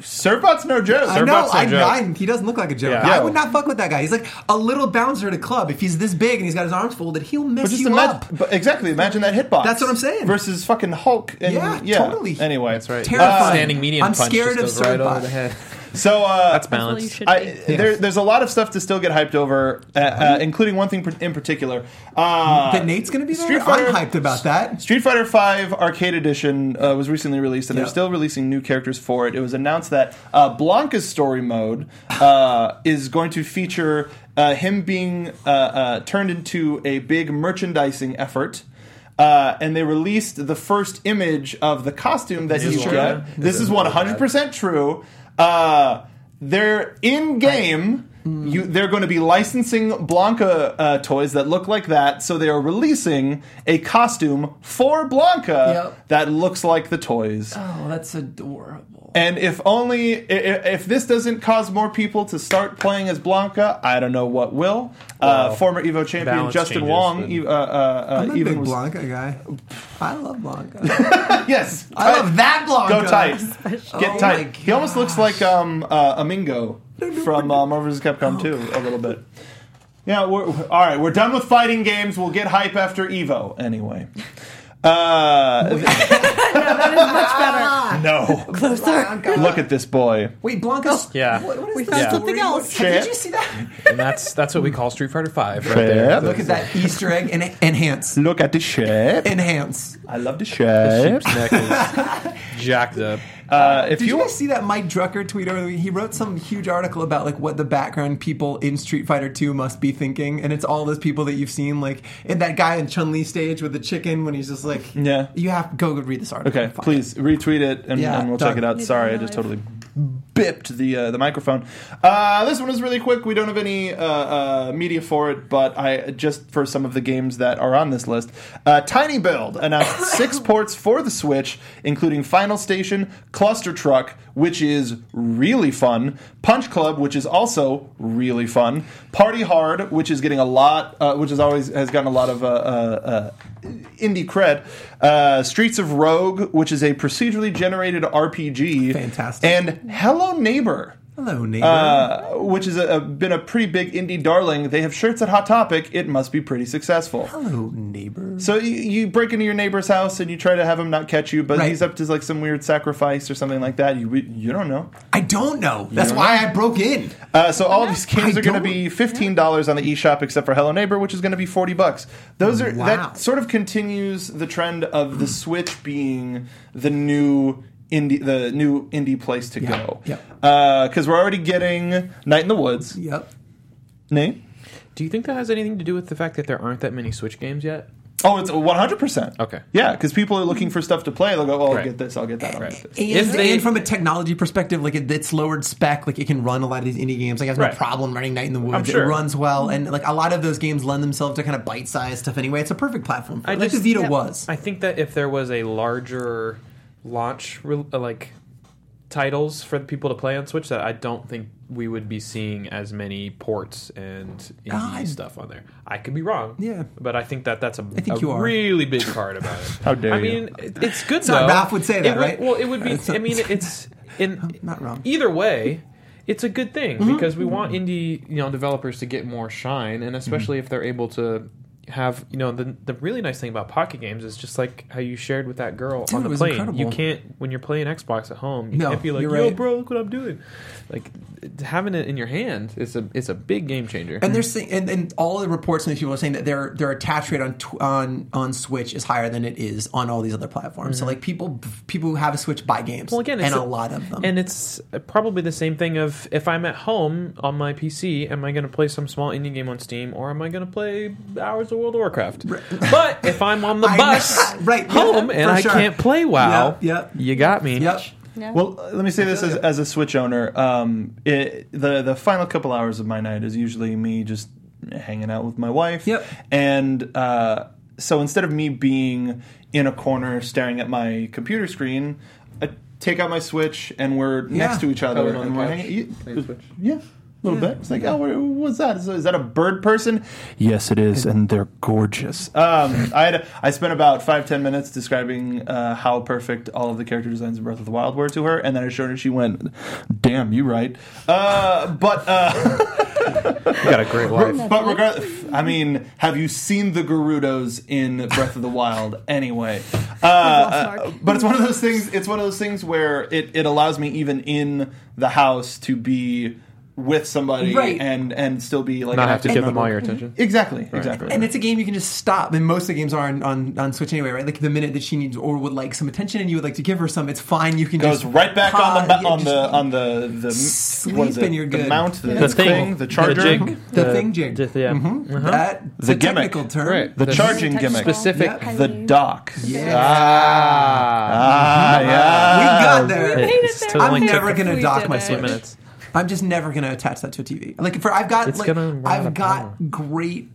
Surfbot's no joke.
I
Surfbot's
know.
no
I,
joke.
I, he doesn't look like a joke.
Yeah.
I would not fuck with that guy. He's like a little bouncer at a club. If he's this big and he's got his arms folded, he'll
But
mess
just
you
imagine,
up.
but exactly. Imagine that hitbox.
That's what I'm saying.
Versus fucking Hulk. And,
Yeah,
yeah,
totally.
Anyway, Uh,
That's right.
Terrifying.
Standing medium
I'm
punch
scared
just
of
goes right
Surfbot.
over the head.
So uh,
That's
That's what you
balanced.
should
I,
be.
there, there's a lot of stuff to still get hyped over, uh, uh, including one thing in particular. Uh,
that Nate's going to be there.
Street Fighter-
I'm hyped about that.
Street Fighter V Arcade Edition uh, was recently released, and
Yeah.
they're still releasing new characters for it. It was announced that uh, Blanca's story mode uh, is going to feature uh, him being uh, uh, turned into a big merchandising effort. Uh, and they released the first image of the costume that you
one.
get. This is 100% true. Uh, they're in game. You, they're going to be licensing Blanca uh, toys that look like that, so they are releasing a costume for Blanca
Yep.
that looks like the toys.
Oh, that's adorable.
And if only i- i- if this doesn't cause more people to start playing as Blanca, I don't know what will. uh,
Well,
former Evo champion
balance
Justin
changes
Wong,
and-
e- uh, uh,
I'm
uh,
a
even
big
was,
Blanca guy. I love Blanca.
yes,
I love that Blanca.
Go tight, get
Oh my
tight. He almost looks like um, uh, Amingo from uh, Marvel vs. Capcom 2 a little bit. Yeah, we're, we're- all right. We're done with fighting games. We'll get hype after Evo anyway. Uh, no,
Blanca.
look at this boy.
Wait, Blanca's.
Yeah.
What, what is
We
that
found
story?
something
What-
else.
Did you see that?
and that's that's what we call Street Fighter Five. Right
Yep.
there.
Look
Look at that Easter egg and enhance.
Look at the Uh, shape.
Enhance.
I love the shape.
Sheep's neck is jacked up.
Uh, if
Did you
you
guys see that Mike Drucker tweet over the week? He wrote some huge article about like what the background people in Street Fighter 2 must be thinking, and it's all those people that you've seen, like and that guy in Chun Li stage with the chicken when he's just like,
Yeah.
you have go read this article.
okay,
Find it.
please retweet it and,
Yeah,
and we'll
done.
check it out.
Need
Sorry,
to
I just
know if-
totally bipped the uh, the microphone. Uh, this one is really quick. We don't have any uh, uh, media for it, but I just for some of the games that are on this list, uh, Tiny Build announced six ports for the Switch, including Final Station, Cluster Truck, which is really fun, Punch Club, which is also really fun, Party Hard, which is getting a lot, uh, which is always has gotten a lot of uh, uh, uh, indie cred, uh, Streets of Rogue, which is a procedurally generated RPG,
Fantastic.
and Hello Neighbor.
Hello, neighbor.
Uh, which has a, a, been a pretty big indie darling. They have shirts at Hot Topic. It must be pretty successful.
Hello, neighbor.
So you, you break into your neighbor's house and you try to have him not catch you, but
Right.
he's up to like some weird sacrifice or something like that. You you don't know.
I don't know. That's why I broke in.
Uh, so all of these games
I
are going to
don't-
be fifteen dollars on the eShop, except for Hello Neighbor, which is going to be forty bucks. Those are
Wow.
that sort of continues the trend of the Switch being the new indie, the new indie place to go.
yeah.
Because we're already getting Night in the Woods.
Yep.
Nate.
Do you think that has anything to do with the fact that there aren't that many Switch games yet?
Oh, it's one hundred percent.
Okay.
Yeah, because people are looking for stuff to play. They'll go, "Oh, I'll
Right.
get this. I'll get that. I'll get this."
And,
If they-
and from a technology perspective, like it, it's lowered spec, like it can run a lot of these indie games. Like it has
Right.
no problem running Night in the Woods.
sure.
It runs well, and like a lot of those games lend themselves to kind of bite-sized stuff anyway. It's a perfect platform. For
I
it, like
just-
the Vita was.
I think that if there was a larger launch, re- uh, like titles for the people to play on Switch, that I don't think we would be seeing as many ports and indie
God.
stuff on there. I could be wrong.
Yeah.
but I think that that's a,
think
a
you are.
really big part about it.
How dare
I
you.
mean, it- it's good
Sorry,
though.
Ralph would say
It
that,
would-
right?
Well, it would be.
It's
I
not-
mean, it's in
not wrong. Mm-hmm.
Either way, it's a good thing because we want indie, you know, developers to get more shine, and especially if they're able to have, you know, the the really nice thing about pocket games is just like how you shared with that girl on
it
the
was
plane. You
incredible.
can't when you're playing Xbox at home. You
No,
can't be like,
you're
yo,
right.
bro, look what I'm doing. Like it- having it in your hand is a is a big game changer.
And they're saying, and, and all the reports from these people are saying that their their attach rate on tw- on on Switch is higher than it is on all these other platforms. So like people people who have a Switch buy games.
Mm-hmm. Well, again,
and
it's
a, lot of them.
and it's probably the same thing of if I'm at home on my PC, am I going to play some small indie game on Steam, or am I going to play hours of World of Warcraft? but if I'm on the
I know.
bus
Right, yeah,
home and
for
I
sure.
can't play WoW,
Yep, yep.
you got me.
yep.
Well, uh, let me say this as, as a Switch owner. Um, it, the the final couple hours of my night is usually me just hanging out with my wife.
Yep.
And uh, so instead of me being in a corner staring at my computer screen, I take out my Switch and we're next to each other
on
and
the
we're
couch,
hanging.
playing Switch.
Yeah. A little bit. It's like, oh, what- what's that? Is, is that a bird person? Yes, it is, and they're gorgeous. Um, I had I spent about five ten minutes describing uh, how perfect all of the character designs in Breath of the Wild were to her, and then I showed her. She went, "Damn, you right." Uh, but uh,
You got a great life.
but regardless, I mean, have you seen the Gerudos in Breath of the Wild? Anyway,
I've lost
uh,
Mark.
but it's one of those things. It's one of those things where it, it allows me even in the house to be with somebody
Right.
and and still be like
Not
an
have to give
active
them all
member.
your attention.
Exactly, exactly.
And it's a game you can just stop. And most of the games are on, on, on Switch anyway, right? Like the minute that she needs or would like some attention and you would like to give her some, it's fine. You can
goes
just
right back on the
pause,
ma- on
yeah,
the
just-
on the the
Sleep
what is it?
and you're
The
good.
mount, the,
The
thing,
thing,
the charger,
jig,
The thing jig.
yeah.
Mm-hmm.
uh-huh.
that, the,
gimmick.
technical term.
Right.
the
The
charging
technical-
gimmick,
Specific.
Yep.
the
Kind of-
dock.
Yeah.
Ah,
Ah, yeah.
we got there.
made it
It's
there.
totally
We
I'm never
did
gonna
it.
dock my
We did
Switch.
it.
minutes.
I'm just never going to attach that to a TV. Like for I've got
It's
like
gonna run out
I've
of
got
power. Mm-hmm.
great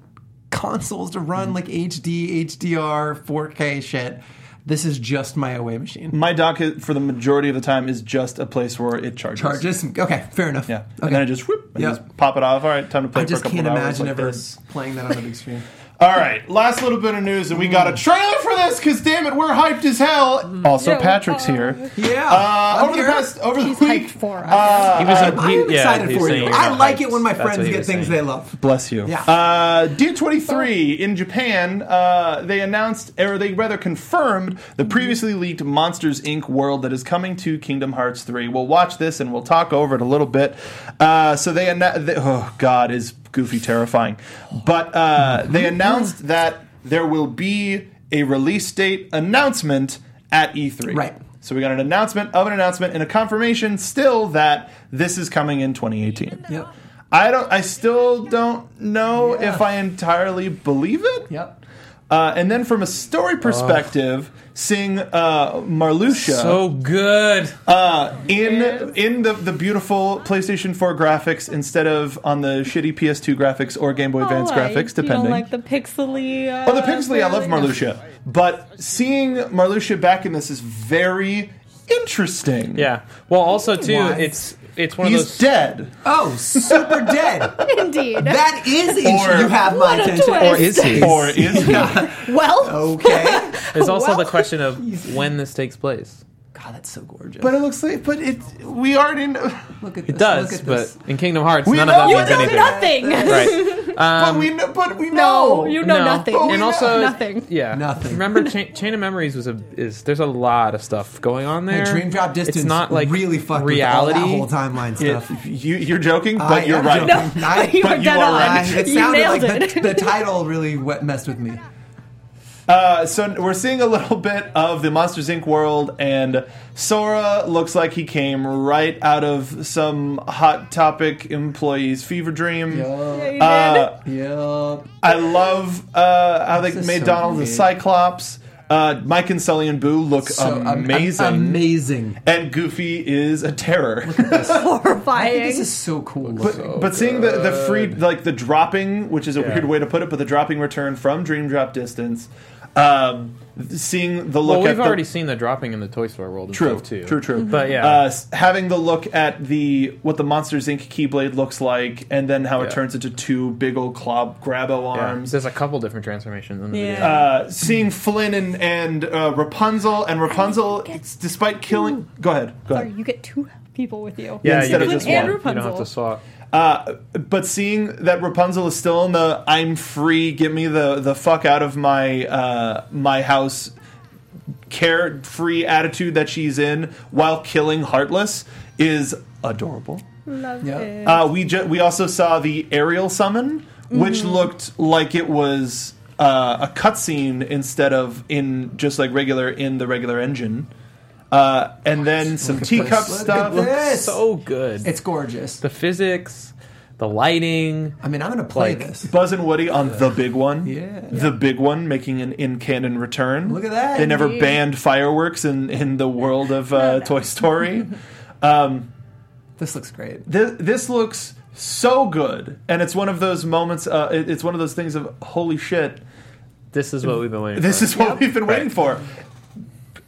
consoles to run like HD, HDR, 4K shit. This is just my away machine.
My dock is, for the majority of the time is just a place where it charges.
Charges. Okay, fair enough.
Yeah, and
Okay.
then I just whoop, and
Yeah.
just pop it off. All right, time to play
I
for a
just
couple
can't
of hours
imagine
like
ever Mm.
this.
playing that on a big screen.
All right, last little bit of news, and we got a
Mm.
trailer for this because damn it, we're hyped as hell. Also,
Mm. Yeah, we
Patrick's
are.
here.
Yeah.
Uh,
I'm
over the
here.
past, over the
He's
week,
hyped for us.
uh,
He was a-
I'm
he- yeah,
excited
he's
for
saying
you.
you're
I
not
like
hyped.
it when my
That's what
friends
he
get
was
things
saying.
they love.
Bless you.
Yeah.
Uh, D23 in Japan, uh, they announced, or they rather confirmed, the previously leaked Monsters Inc. world that is coming to Kingdom Hearts 3. We'll watch this and we'll talk over it a little bit. Uh, so they announced, oh God, is Goofy terrifying. But uh, they announced that there will be a release date announcement at E3.
Right.
So we got an announcement of an announcement and a confirmation still that this is coming in 2018.
Yep.
I don't. I still don't know
Yeah.
if I entirely believe it.
Yep.
Uh, and then from a story perspective, seeing uh, Marluxia
So Oh, good.
uh, in in the, the beautiful PlayStation 4 graphics instead of on the shitty PS2 graphics or Game Boy Advance
Oh, I-
graphics,
You don't
depending.
like the pixely. Uh,
Oh, the Pixley, I love
thing?
Marluxia. But seeing Marluxia back in this is very interesting.
yeah. Well, also too,
Why?
it's it's one of
He's
those.
dead.
Oh, super dead.
Indeed.
That is interesting. You have my
What a
attention.
twist. Or is
he?
Or is he?
well,
Oh, Okay.
There's also
Well-
the question of when this takes place.
God, that's so gorgeous.
But it looks like, but it, we aren't in.
look at
It does, but in Kingdom Hearts,
We
none
know
of that
you
means
don't
anything.
nothing.
Right.
but we, kn- but we know.
No, you know
No.
nothing.
But we
and
know
also
nothing.
Yeah,
Nothing.
Remember, Chain, Chain of Memories was a is. There's a lot of stuff going on there.
Dream Drop Distance
It's not like
really fucked
reality.
with all that whole timeline
It-
stuff.
you, you're joking,
I
but you're
am
right.
joking. I-
you
But
are
you
dead
are
on.
right.
I- it
You
sounded
nailed
like
it.
the, the title really wet messed with me.
Uh, so we're seeing a little bit of the Monsters Inc. world, and Sora looks like he came right out of some Hot Topic employee's fever dream.
Yeah, you did.
Uh,
Yep.
I love uh, how they
This is
made
so
Donald the
weird.
Cyclops. Uh, Mike and Sully and Boo look
So am- am-
amazing.
amazing.
and Goofy is a terror.
I
horrifying.
think this is so cool. looking.
but seeing the, the free, like the dropping, which is a weird way to put it, but the dropping return from Dream Drop Distance, um, seeing the look
Well,
at
we've
the,
already seen the dropping in the Toy Story world. And
True,
stuff too. Mm-hmm.
true, true.
But yeah,
uh, s- having the look at the what the Monsters Inc. Keyblade looks like, and then how
Yeah.
it turns into two big old club grabbo
yeah.
arms.
There's a couple different transformations in the video.
yeah.
Uh, seeing Flynn and, and uh, Rapunzel, and Rapunzel, it's despite killing. Go ahead, go
Sorry,
ahead.
you get two people with you.
Yeah,
instead
you
of
get
just
one.
one.
And
You don't have
Rapunzel.
to swap.
Uh, but seeing that Rapunzel is still in the "I'm free, get me the the fuck out of my uh, my house" carefree attitude that she's in while killing Heartless is adorable.
Love
Yeah.
it.
Uh, we ju- we also saw the aerial summon, which
Mm-hmm.
looked like it was uh, a cutscene instead of in just like regular in the regular engine. Uh, and then some teacup
Look at
stuff.
this.
So good.
It's gorgeous.
the physics, the lighting.
I mean, I'm gonna play
Like-
this.
Buzz and Woody on the big one.
Yeah.
The big one making an in canon return.
Look at that.
They never
Indeed.
banned fireworks in, in the world of uh, Toy Story.
This looks great.
this, this looks so good. And it's one of those moments, uh, it- it's one of those things of holy shit.
This is what we've been waiting.
This
for.
is what we've been waiting for.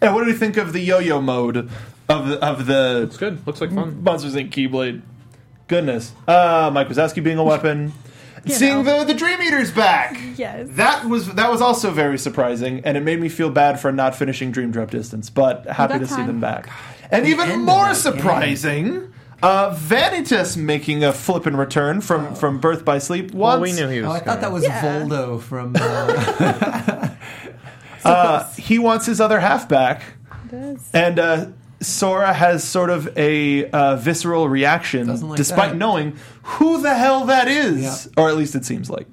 And what do we think of the yo-yo mode of the, of
It's
the
good. Looks like fun.
Monsters Inc. Keyblade? Goodness, uh, Mike Wazowski being a weapon, seeing the the Dream Eaters back.
Yes.
that was that was also very surprising, and it made me feel bad for not finishing Dream Drop Distance, but happy
got
to see
time.
them back. And even
end of
more
that
surprising. Uh, Vanitas making a flippin' return from, from Birth by Sleep. Once
Well, we knew he was.
Oh, I thought that
coming.
was Voldo from. Uh,
Uh, he wants his other half back. And uh, Sora has sort of a uh, visceral reaction,
Doesn't like
despite
that.
knowing who the hell that is, or at least it seems like.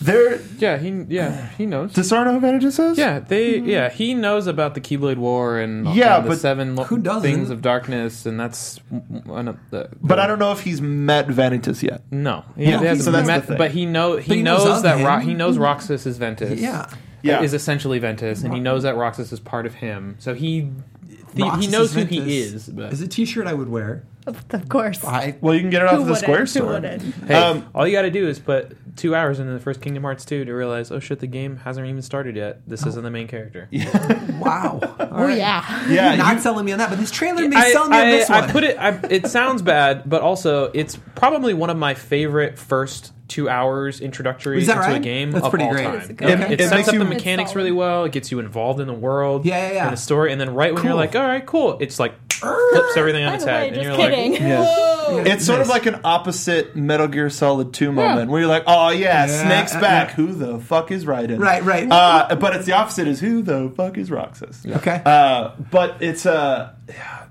There,
Yeah, he. Yeah, he knows.
does Sora know who Vanitas is?
Yeah, they. Yeah, he knows about the Keyblade War and
Yeah,
and the
but
seven lo-
who doesn't?
things of darkness, and that's one of the.
But I don't know if he's met Vanitas yet.
No, he,
Yeah,
he hasn't
so that's
met-
the thing.
but he know he,
he knows
knows,
of
that Ro-
him.
he knows Roxas is Ventus. Uh,
yeah.
Yeah.
is essentially Ventus, and he knows that Roxas is part of him. So he he, he
Roxas
knows who
Ventus
he is. But
Is a T-shirt I would wear.
Of course.
I
Well, you can get it off
Who
of the
wouldn't?
Square
Who
Store.
wouldn't?
hey,
um,
all you got to do is put two hours into the first Kingdom Hearts two to realize, oh shit, the game hasn't even started yet. This isn't the main character.
wow. All
Oh
right.
yeah.
Yeah,
Not
you-
selling me on that, but this trailer may
I,
sell me on
I-
this
I
one.
put it. I, it sounds bad, but also it's probably one of my favorite first two hours introductory
Is that
into a
right?
game
That's
of
pretty
all
great.
time.
It's a
good
It-
game.
It,
It
sets
makes
up
you-
the mechanics
solid.
really well. It gets you involved in the world.
Yeah, yeah, yeah.
And the story, and then right when
Cool.
you're like, all right, cool, it's like flips everything on
By
its
the way,
head,
just
and you're
kidding.
like,
It's sort of
Nice.
like an opposite Metal Gear Solid 2 moment where you're like, oh yeah,
Yeah,
Snake's
uh,
back.
yeah.
Who the fuck is Raiden?
Right, right.
Uh, but it's the opposite is who the fuck is Roxas?
Okay.
Uh, but it's uh,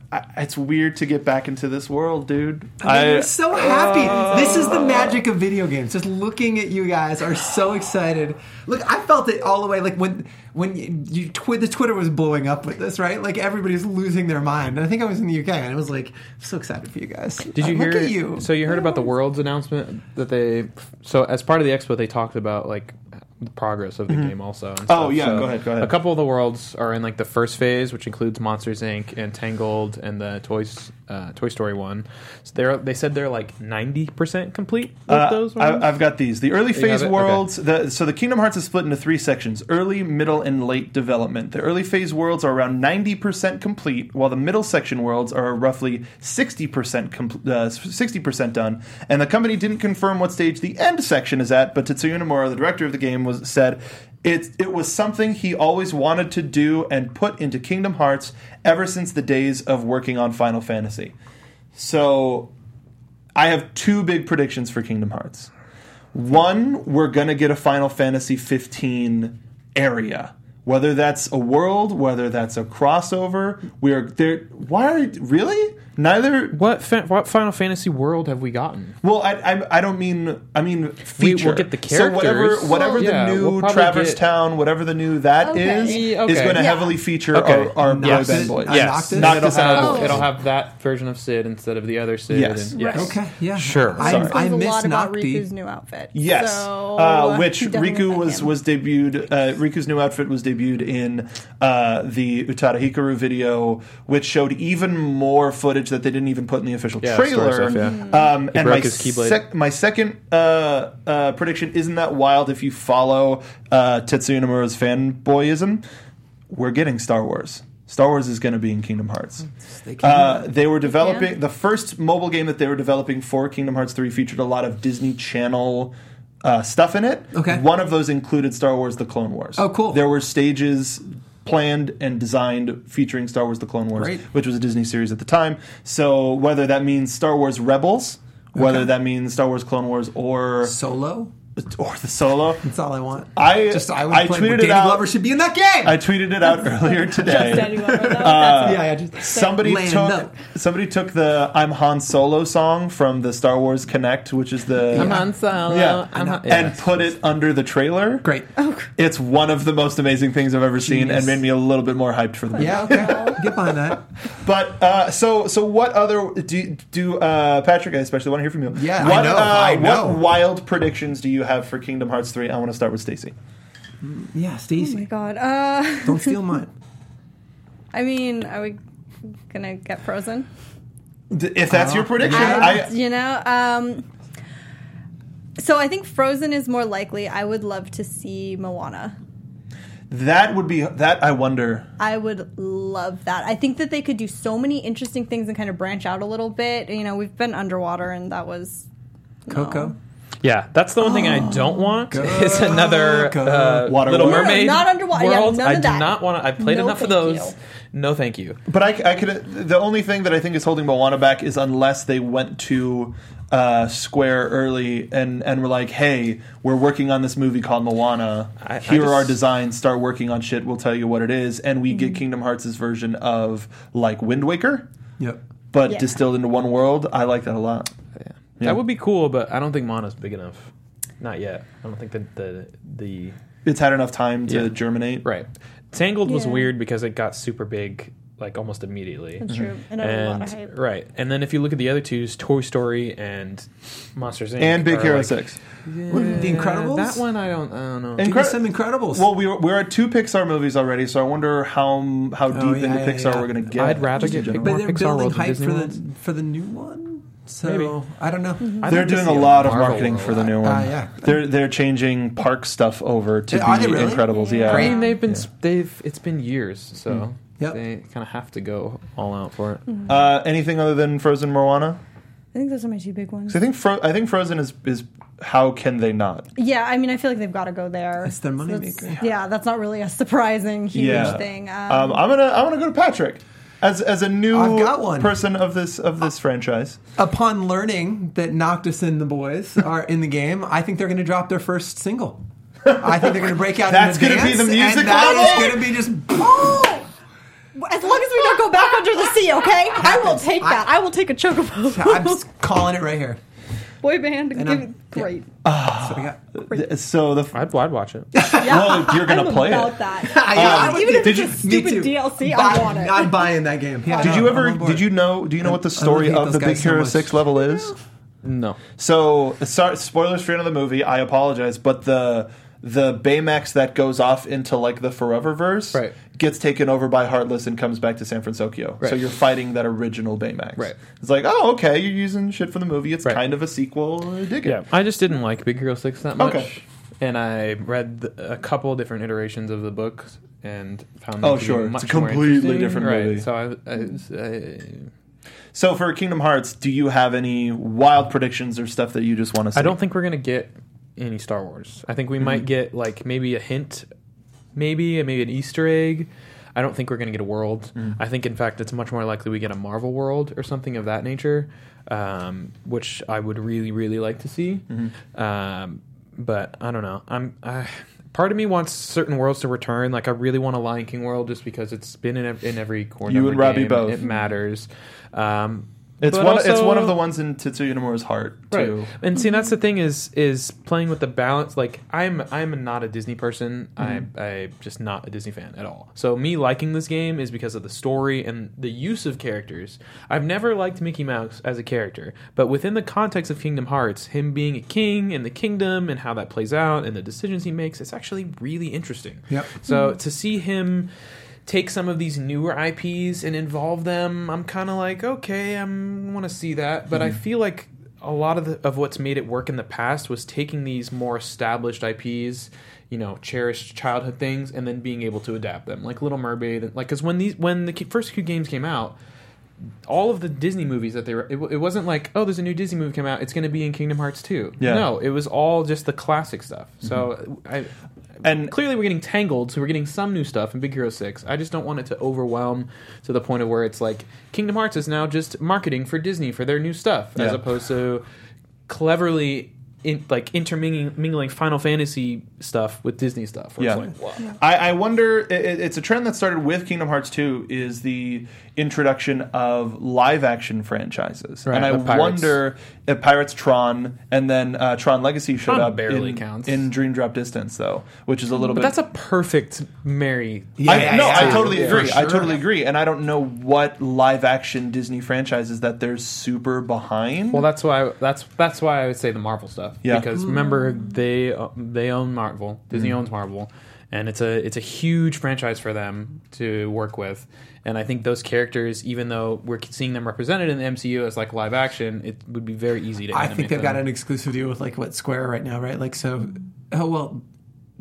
I- it's weird to get back into this world, dude.
I'm so happy. this is the
Oh.
magic of video games. Just looking at you guys are so excited. Look, I felt it all the way. Like when when you, you twi- the Twitter was blowing up with this, right? Like everybody's losing their mind. And I think I was in the UK, and I was like, so excited for you guys.
Did you
Look
hear?
At you.
So you heard about the world's announcement that they. So as part of the expo, they talked about like progress of the game also. and
Oh,
stuff.
yeah, go ahead, go ahead.
A couple of the worlds are in like the first phase, which includes Monsters Inc. and Tangled and the Toys uh, Toy Story one. So they're they said they're like ninety percent complete with
Uh,
those. ones?
I, I've got these. The early phase
it? Okay.
worlds. The, so the Kingdom Hearts is split into three sections: early, middle, and late development. The early phase worlds are around ninety percent complete, while the middle section worlds are roughly sixty percent uh, sixty percent done. And the company didn't confirm what stage the end section is at, but Tetsuya Nomura, the director of the game, was said. It, it was something he always wanted to do and put into Kingdom Hearts ever since the days of working on Final Fantasy. So I have two big predictions for Kingdom Hearts. One, we're going to get a Final Fantasy 15 area. Whether that's a world, whether that's a crossover, we are there. Why are really neither?
what fa- what Final Fantasy world have we gotten?
Well, I, I, I don't mean I mean feature.
we'll get the
So whatever
characters.
whatever
Well, yeah,
the new
we'll probably
Traverse
get-
Town, whatever the new that is,
Okay.
is,
Yeah, okay.
going to
Yeah.
heavily feature
Okay.
our, our
Knocked
boy band
it-
boys.
uh, knocked it?
knocked
It'll
us out.
have,
of
Oh.
the
it'll have that version of Sid instead of the other Sid.
Yes.
and- yes.
Okay, yeah.
Sure.
I,
Sorry.
I
Says a
miss
lot about
Nocti.
Riku's new outfit.
Yes,
So,
uh, which
he definitely
Riku
looked like
was
him.
was debuted. Uh, Riku's new outfit was debuted in uh, the Utada Hikaru video, which showed even more footage that they didn't even put in the official
Yeah, story
trailer.
stuff, yeah.
Um, and
broke
my
his keyblade.
my second uh, uh, prediction isn't that wild. If you follow uh, Tetsuya Nomura's fanboyism, we're getting Star Wars. Star Wars is going to be in Kingdom
Hmm.
Hearts.
They can-
Uh, they were developing the first mobile game that they were developing for Kingdom Hearts 3 featured a lot of Disney Channel uh, stuff in it.
Okay.
One of those included Star Wars The Clone Wars.
Oh, cool.
There were stages planned and designed featuring Star Wars The Clone Wars,
Great.
which was a Disney series at the time. So whether that means Star Wars Rebels, whether that means Star Wars Clone Wars or
Solo.
or the solo,
That's all I want.
I-
just I,
I
would play,
tweeted it
Danny
out.
Glover should be in that game.
I uh, tweeted it out earlier today.
Danny Glover, though. That's-
yeah, I just
Somebody
Land
took
up.
somebody took the "I'm Han Solo" song from the Star Wars Connect, which is the
I'm on solo.
yeah,
I'm on-
and put it under the trailer.
great.
It's one of the most amazing things I've ever seen, and made me a little bit more hyped for the movie.
Yeah, okay. Get behind that.
But uh, so so, what other do do uh, Patrick? I especially want to hear from you.
Yeah, I
what,
know,
Uh,
I know.
What wild predictions do you have for Kingdom Hearts three? I want to start with Stacy.
Yeah,
Oh my
Stacy.
god. Uh,
Don't steal mine.
I mean, are we gonna get frozen?
D- If that's your prediction,
I,
I,
you know, um, so I think Frozen is more likely. I would love to see Moana.
that would be that. I wonder.
I would love that. I think that they could do so many interesting things and kind of branch out a little bit. You know, we've been underwater, and that was
Coco.
Yeah, that's the one thing
Oh.
I don't want is another
go.
uh,
Water
Little
world.
Mermaid.
Not underwater. Yeah,
World.
none
I
of
do
that.
not want to. I played
No,
enough of those.
thank you.
No, thank you.
But I, I could. The only thing that I think is holding Moana back is unless they went to uh, Square early and and were like, "Hey, we're working on this movie called Moana.
I- I
Here are
just-
our designs. Start working on shit. We'll tell you what it is." And we
Mm-hmm.
get Kingdom Hearts' version of like Wind Waker,
Yep.
but
Yeah.
distilled into one world. I like that a lot.
That would be cool, but I don't think Mona's big enough. Not yet. I don't think that the the
It's had enough time to
Yeah.
germinate.
right Tangled was
Yeah.
weird because it got super big like almost immediately.
true. And, I would love to hype.
And right, and then if you look at the other twos, Toy Story and Monsters Inc.
And Big
are
Hero
like- "Uh,
Six.
Uh,
the Incredibles.
That one I don't. I don't know.
Give me some Incredibles.
Well, we were, we're at two Pixar movies already, so I wonder how how deep
Oh, yeah,
into
yeah,
Pixar
yeah.
we're going to get.
I'd rather
just in
get
general.
big
but
more
they're
Pixar
building
World than
hype
Disney
for
Worlds.
the for the new one. So
Maybe.
I don't
Mm-hmm.
know.
I'd
They're
like to
doing
see
a lot of
Marvel
marketing for the
world.
new one.
Ah, yeah.
They're they're changing park stuff over to
Are
be
they really?
Incredibles. Yeah. Mm.
I
Great.
mean, they've been they've it's been years, so
Yep.
they kind of have to go all out for it.
Uh, anything other than Frozen Moana?
I think those are my two big ones.
'Cause I think Fro- I think Frozen is is how can they not?
Yeah, I mean, I feel like they've got to go there.
It's their moneymaker.
that's- yeah, that's not really a surprising huge
Yeah.
thing. Um,
Um, I'm gonna I'm gonna go to Patrick as as a new
I've got one.
person of this of this franchise.
Upon learning that Noctis and the boys are in the game, I think they're going to drop their first single. I think they're going to break out.
That's
going
gonna be
to
the music
And that
level?
is going to be just.
oh! As long as we don't go back under the sea, okay? I will take that. I will take a
I'm
chocobo.
just calling it right here.
Boy band, give
I'm-
it great.
That's what I got.
Th- So the
I'd, I'd watch it.
well, you're gonna
I'm
play
about
it.
that. Um,
I- I would
Even
do-
if it's a
Me
stupid
too.
DLC, I
Buy-
want it.
I'm buying that game. Yeah,
Did
no,
you
I'm
ever?
on board.
Did you know? Do you know what the story
hate
of
those
the Big
guys so
Hero
much.
Six level is?
No,
So, sorry, spoilers for the end of the movie. I apologize, but the the Baymax that goes off into like the Foreververse
Right.
gets taken over by Heartless and comes back to San Francisco. So
Right.
you're fighting that original Baymax.
Right.
It's like, oh, okay, you're using shit from the movie. It's
Right.
kind of a sequel. I dig it.
Yeah.
I just didn't like Big Hero Six that much,
Okay.
and I read the, a couple different iterations of the books and found. Them
Oh,
to be
sure. It's a
much more
completely
interesting.
different
right.
movie.
So I, I, I
So for Kingdom Hearts, do you have any wild predictions or stuff that you just want to see?
I don't think we're gonna get any Star Wars. I think we
Mm-hmm.
might get like maybe a hint, maybe maybe an Easter egg. I don't think we're gonna get a world.
Mm.
I think in fact it's much more likely we get a Marvel world or something of that nature, um, which I would really really like to see.
Mm-hmm.
Um, but I don't know. I'm. I, Part of me wants certain worlds to return. Like I really want a Lion King world, just because it's been in, ev- in every corner.
You
of
and
the
Robbie
game.
both.
It matters. Um,
It's
but
one. it's
also-
one of the ones in Tetsuya Nomura's heart too.
and see, that's the thing is is playing with the balance. Like I'm I'm not a Disney person. I I'm just not a Disney fan at all. So me liking this game is because of the story and the use of characters. I've never liked Mickey Mouse as a character, but within the context of Kingdom Hearts, him being a king and the kingdom and how that plays out and the decisions he makes, it's actually really interesting.
Yep.
So to see him take some of these newer IPs and involve them, I'm kind of like, okay, I want to see that, but I feel like a lot of the, of what's made it work in the past was taking these more established IPs, you know, cherished childhood things, and then being able to adapt them, like Little Mermaid, and like because when these when the ki- first few games came out, all of the Disney movies that they were, it, wa- it wasn't like, oh, there's a new Disney movie come out, it's going to be in Kingdom Hearts 2.
Yeah.
No, it was all just the classic stuff. So I,
Mm-hmm. And-
clearly we're getting tangled, so we're getting some new stuff in Big Hero 6. I just don't want it to overwhelm to the point of where it's like Kingdom Hearts is now just marketing for Disney for their new stuff, as
Yeah.
opposed to cleverly. In, like intermingling mingling Final Fantasy stuff with Disney stuff. where
Yeah.
it's like, wow.
I, I wonder. It, it- it's a trend that started with Kingdom Hearts 2 is the introduction of live action franchises,
Right,
and I
the Pirates.
wonder if Pirates Tron and then uh, Tron Legacy showed
Tron
up
barely
in,
counts.
in Dream Drop Distance though, which is a little
But
bit.
that's a perfect Mary.
I,
Yeah,
no,
yeah,
I totally
yeah.
agree.
For
I
sure.
totally agree, and I don't know what live action Disney franchises that they're super behind.
Well, that's why that's that's why I would say the Marvel stuff.
Yeah.
Because remember they they own Marvel. Disney
Mm.
owns Marvel, and it's a it's a huge franchise for them to work with. And I think those characters, even though we're seeing them represented in the MCU as like live action, it would be very easy to.
I think
animate
they've got
them.
an exclusive deal with like what Square right now, right? Like so. Oh well,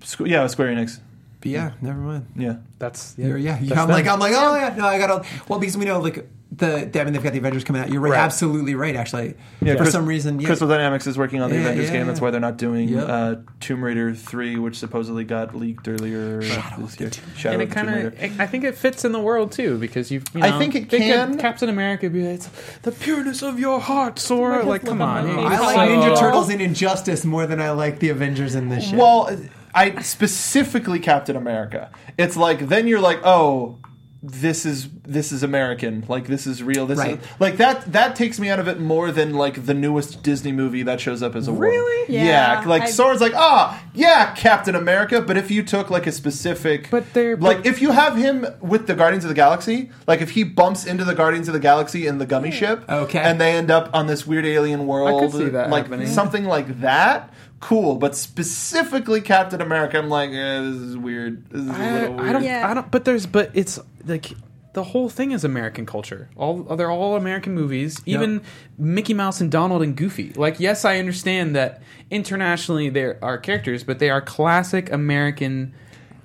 Squ- yeah, Square Enix.
but yeah, never mind.
Yeah,
That's
Yeah, yeah.
that's
I'm like,
them.
I'm like, oh yeah, no, I got all. Well, because we know like the. I mean, they've got the Avengers coming out. You're right,
Right.
absolutely right. Actually, for
Crys-
some reason, yeah.
Crystal Dynamics is working on the
Yeah,
Avengers
yeah,
game.
yeah.
That's why they're not doing
Yep.
uh, Tomb Raider three, which supposedly got leaked earlier this year. Shadow
and
of
it
the Tomb
kind
Raider.
of, I think it fits in the world too because you've. You
I
know,
think it
they could-
can.
Captain America be like, "It's the pureness of your heart, Sora.
Like,
Like, oh.
it's
come
like-
on.
Oh, I
it's
like
so-
Ninja Turtles and Injustice more than I like the Avengers in this shit.
Well, I specifically Captain America. It's like then you're like, oh, this is this is American. Like this is real. This
Right.
is like that. That takes me out of it more than like the newest Disney movie that shows up as a world.
Really?
Yeah.
Yeah,
like
I-
Sora's like, ah, yeah, Captain America. But if you took like a specific,
But they're-
like
but-
if you have him with the Guardians of the Galaxy, like if he bumps into the Guardians of the Galaxy in the gummy
Hmm.
ship,
Okay.
and they end up on this weird alien world,
see that
like
happening.
something like that. Cool, but specifically Captain America, I'm like, eh, this is weird. This is a
I,
little weird.
I don't.
Yeah.
I don't. But there's. But it's like the whole thing is American culture. All they're all American movies. Even Mickey Mouse and Donald and Goofy. Like, yes, I understand that internationally there are characters, but they are classic American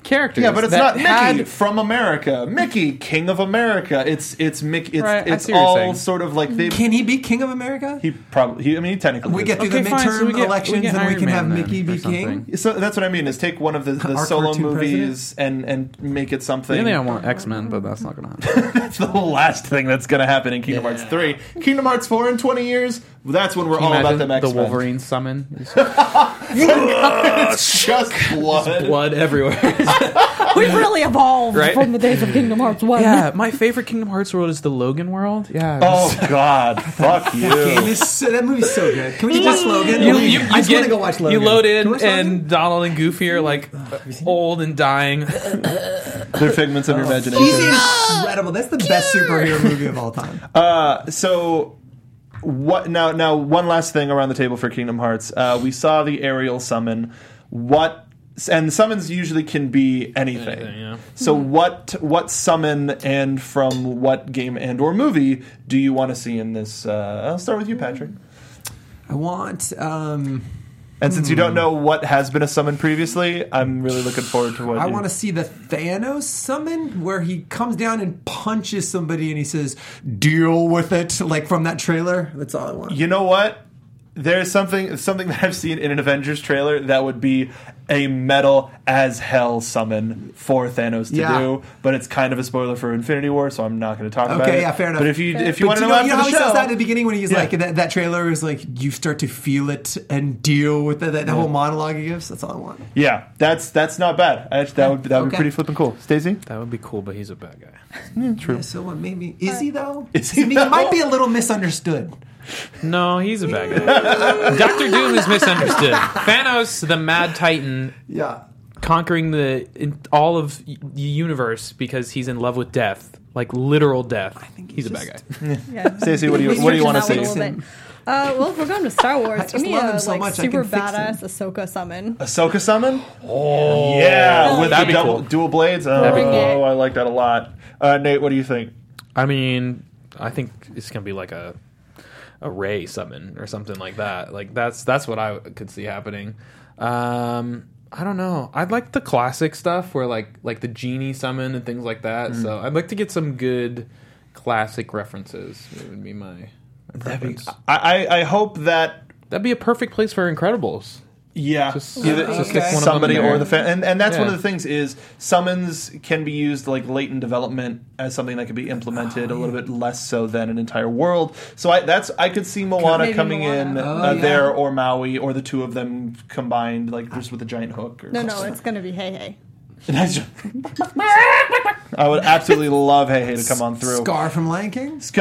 characters.
yeah, but it's not
that
Mickey
had-
from America. Mickey, King of America. It's it's Mickey. It's
Right, I
it's
see what you're
all
saying.
sort of like they.
Can he be King of America?
He probably. He, I mean, he technically.
we
is.
get through
Okay,
the
fine,
midterm
so we get- we
elections,
get
and we
Iron
can have
Man then
Mickey
or
be
something.
king.
So that's what I mean. Is take one of the, the
Our
solo
cartoon
movies and and make it something.
Really, I want X Men, but that's not gonna happen.
That's the last thing that's going to happen in Kingdom Hearts three. Kingdom Hearts four in twenty years. That's when we're all about
Imagine
them X
the
Men.
Wolverine summon
Just blood.
blood everywhere.
We've really evolved
Right?
from the days of Kingdom Hearts 1.
yeah, my favorite Kingdom Hearts world is the Logan world. Yeah.
Oh God! Fuck
Game
you.
is so, that movie's so good. Can we just watch Logan?
You, you,
I just
you
want
get-
to go watch Logan.
You load
Can
in,
we watch Logan?
and Donald and Goofy are like old and dying.
They're figments of your imagination.
incredible. That's the best superhero movie of all time.
so what now now one last thing around the table for kingdom hearts uh, we saw the aerial summon what and summons usually can be anything.
Anything, yeah.
So what what summon and from what game and or movie do you want to see in this? Uh, I'll start with you, Patrick.
I want. Um,
And since you don't know what has been a summon previously, I'm really looking forward to what
I
you-
want to see the Thanos summon where he comes down and punches somebody and he says, "Deal with it." Like from that trailer. That's all I want.
You know what? There's something something that I've seen in an Avengers trailer that would be a metal as hell summon for Thanos to
Yeah.
do, but it's kind of a spoiler for Infinity War, so I'm not going to talk about it.
Okay, yeah, fair enough.
But if you if you want
But
to know,
you know
after
how
the
he
show,
says that at the beginning when he's
Yeah.
like that, that trailer is like you start to feel it and deal with it. That, that whole monologue he gives. That's all I want.
yeah, that's that's not bad. I, that would that would be
Oh, Okay.
pretty flipping cool. Stacey,
That would be cool, but he's a bad guy.
true.
So what made me is he though?
Is he
I mean,
though?
might be a little misunderstood.
No, he's a bad guy. Doctor Doom is misunderstood. Thanos, the Mad Titan,
Yeah.
conquering the in, all of y- the universe because he's in love with death, like literal death. I think he's,
he's
a bad
just-
guy.
Yeah.
Stacey, what do you what do you want to
Researching
see?
that one a little bit. Uh, well, if we're going to Star Wars,
just
give me
love
a
him so
like
much, I
super
can fix him.
badass Ahsoka summon.
Ahsoka summon? Oh yeah, with the
That'd be
double,
cool.
dual blades. Oh,
be cool.
I like that a lot. Uh, Nate, what do you think?
I mean, I think it's gonna be like a a Ray summon or something like that. Like that's that's what I could see happening. Um, I don't know. I'd like the classic stuff where like like the genie summon and things like that. So I'd like to get some good classic references. It would be my. preference.
I I, I hope that
That'd be a perfect place for Incredibles.
Yeah,
Just-
either
just
stick one of them
somebody
in there.
or the fan, and, and that's one
Yeah.
of the things is summons can be used like late in development as something that could be implemented a little bit less so than an entire world. So I that's I could see Moana
Maybe
coming in
Moana.
uh,
yeah.
there or Maui or the two of them combined, like just with a giant hook. Or
No, no, it's going to be Hey Hey.
something. I would absolutely love Hey Hey to come on through.
Scar from Lion King.
Sc-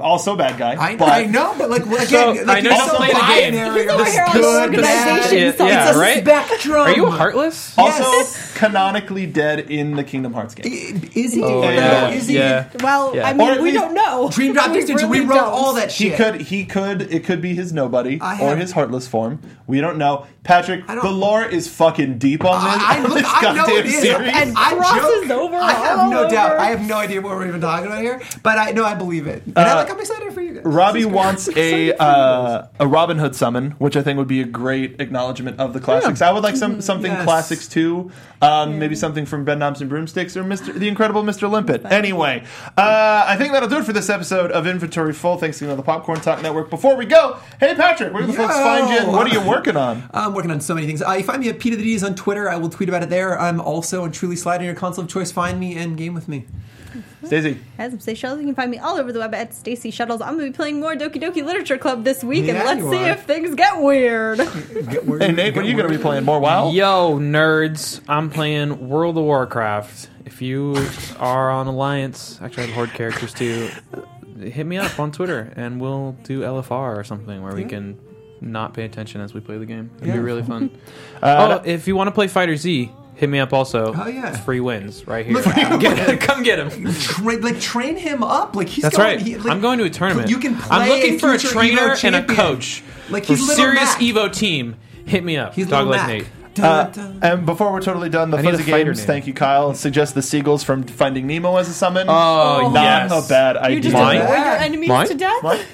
also bad guy.
I,
but-
I know, but like again,
So,
like,
I know
you're
you
so
play the game.
binary.
He's over
It's
here on
good,
organization
bad.
Yeah,
yeah,
it's a
right?
spectrum.
Are you heartless?
Also,
Yes.
canonically dead in the Kingdom Hearts game.
Is he?
yeah,
though?
yeah,
Is he?
Well,
Oh, Yeah.
I
Or at
mean, we
least
don't know.
Dream Drop
We
Distance.
really
We wrote
don't.
all that
He
shit.
could. He could. It could be his nobody
I
or
have-
his heartless form. We don't know. Patrick,
I don't-
the lore is fucking deep on this.
I, I,
on
look,
this
I know it
goddamn
is.
series.
And I
crosses
joke.
over
I have
all
no doubt.
over.
I have no idea what we're even talking about here, but I know I believe it. And
Uh,
I, like, I'm excited for you guys.
Robbie wants a uh, a Robin Hood summon, which I think would be a great acknowledgement of the classics. I would like some something
Yes.
classics too, um, maybe something from Ben Thompson Broomsticks or Mr. The Incredible Mr. Limpet. Anyway, uh, I think that'll do it for this episode of Inventory Full. Thanks to the Popcorn Talk Network. Before we go, hey Patrick, where do the folks
Yo!
find you? and What are you working on?
I'm working on so many things. Uh, you find me at P to the D's on Twitter. I will tweet about it there. I'm also on Truly Slide on your console of choice. Find me and game with me.
Stacey.
As I'm Stacey Shuttles, you can find me all over the web at Stacey Shuttles. I'm going to be playing more Doki Doki Literature Club this week,
Yeah,
and let's
you
see
are.
if things get weird.
Get word-
Hey Nate,
get
what are you going to
word.
be playing? More WoW?
Yo, nerds! I'm playing World of Warcraft. If you are on Alliance, actually I have horde characters too. Hit me up on Twitter, and we'll do LFR or something where we can not pay attention as we play the game. It'd be
Yeah.
really fun.
Uh,
oh, if you want to play Fighter Z, hit me up also.
Oh, yeah.
free wins right here.
Look at
Get- come get him.
Tra- like train him up. Like he's
That's
going,
right.
he- like,
I'm going to a tournament.
You can. Play
I'm looking for a
future
trainer
Evo
and a
champion.
coach.
Like
for
he's little
serious
Mac.
Evo team. Hit me up.
He's
Dog
little
like
Mac.
Nate.
Dun,
Uh,
dun.
and before we're totally done, the
I need
fuzzy
a fighter
games.
name.
Thank you, Kyle. Suggest the seagulls from Finding Nemo as a summon.
Oh,
not
yes.
a bad
you
idea.
just
Mine?
avoid your enemies
Mine?
to death?
Mine?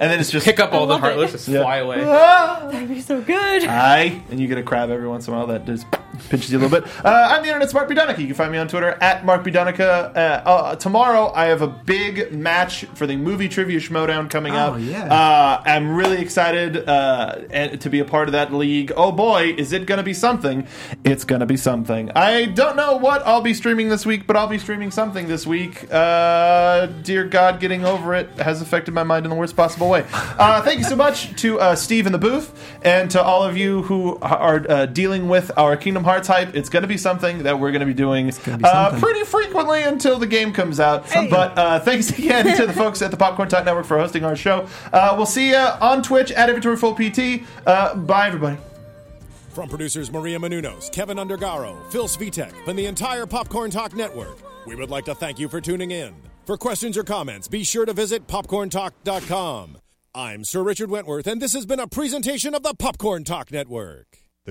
And then it's just
pick up all the
love it.
heartless and
Yeah.
fly away.
That'd be so good.
Aye, and you get a crab every once in a while that just pinches you a little bit. Uh, I'm the internet's Mark Budonica. You can find me on Twitter at Mark Budonica. Uh, uh, tomorrow I have a big match for the movie trivia schmodown coming up.
Oh, yeah.
uh, I'm really excited uh, and, to be a part of that league. Oh boy, is it going to be something? It's going to be something. I don't know what I'll be streaming this week, but I'll be streaming something this week. Uh, dear God, getting over it has affected my mind in the worst possible way. Uh, thank you so much to uh, Steve in the booth and to all of you who are uh, dealing with our Kingdom Hearts hype. It's going to be something that we're going to be doing
gonna be
uh,
something.
pretty frequently until the game comes out. But uh, thanks again to the folks at the Popcorn Talk Network for hosting our show. Uh, we'll see you on Twitch at Inventory Full PT. Uh, bye, everybody.
From producers Maria Menunos, Kevin Undergaro, Phil Svitek, and the entire Popcorn Talk Network, we would like to thank you for tuning in. For questions or comments, be sure to visit popcorntalk.com. I'm Sir Richard Wentworth, and this has been a presentation of the Popcorn Talk Network. The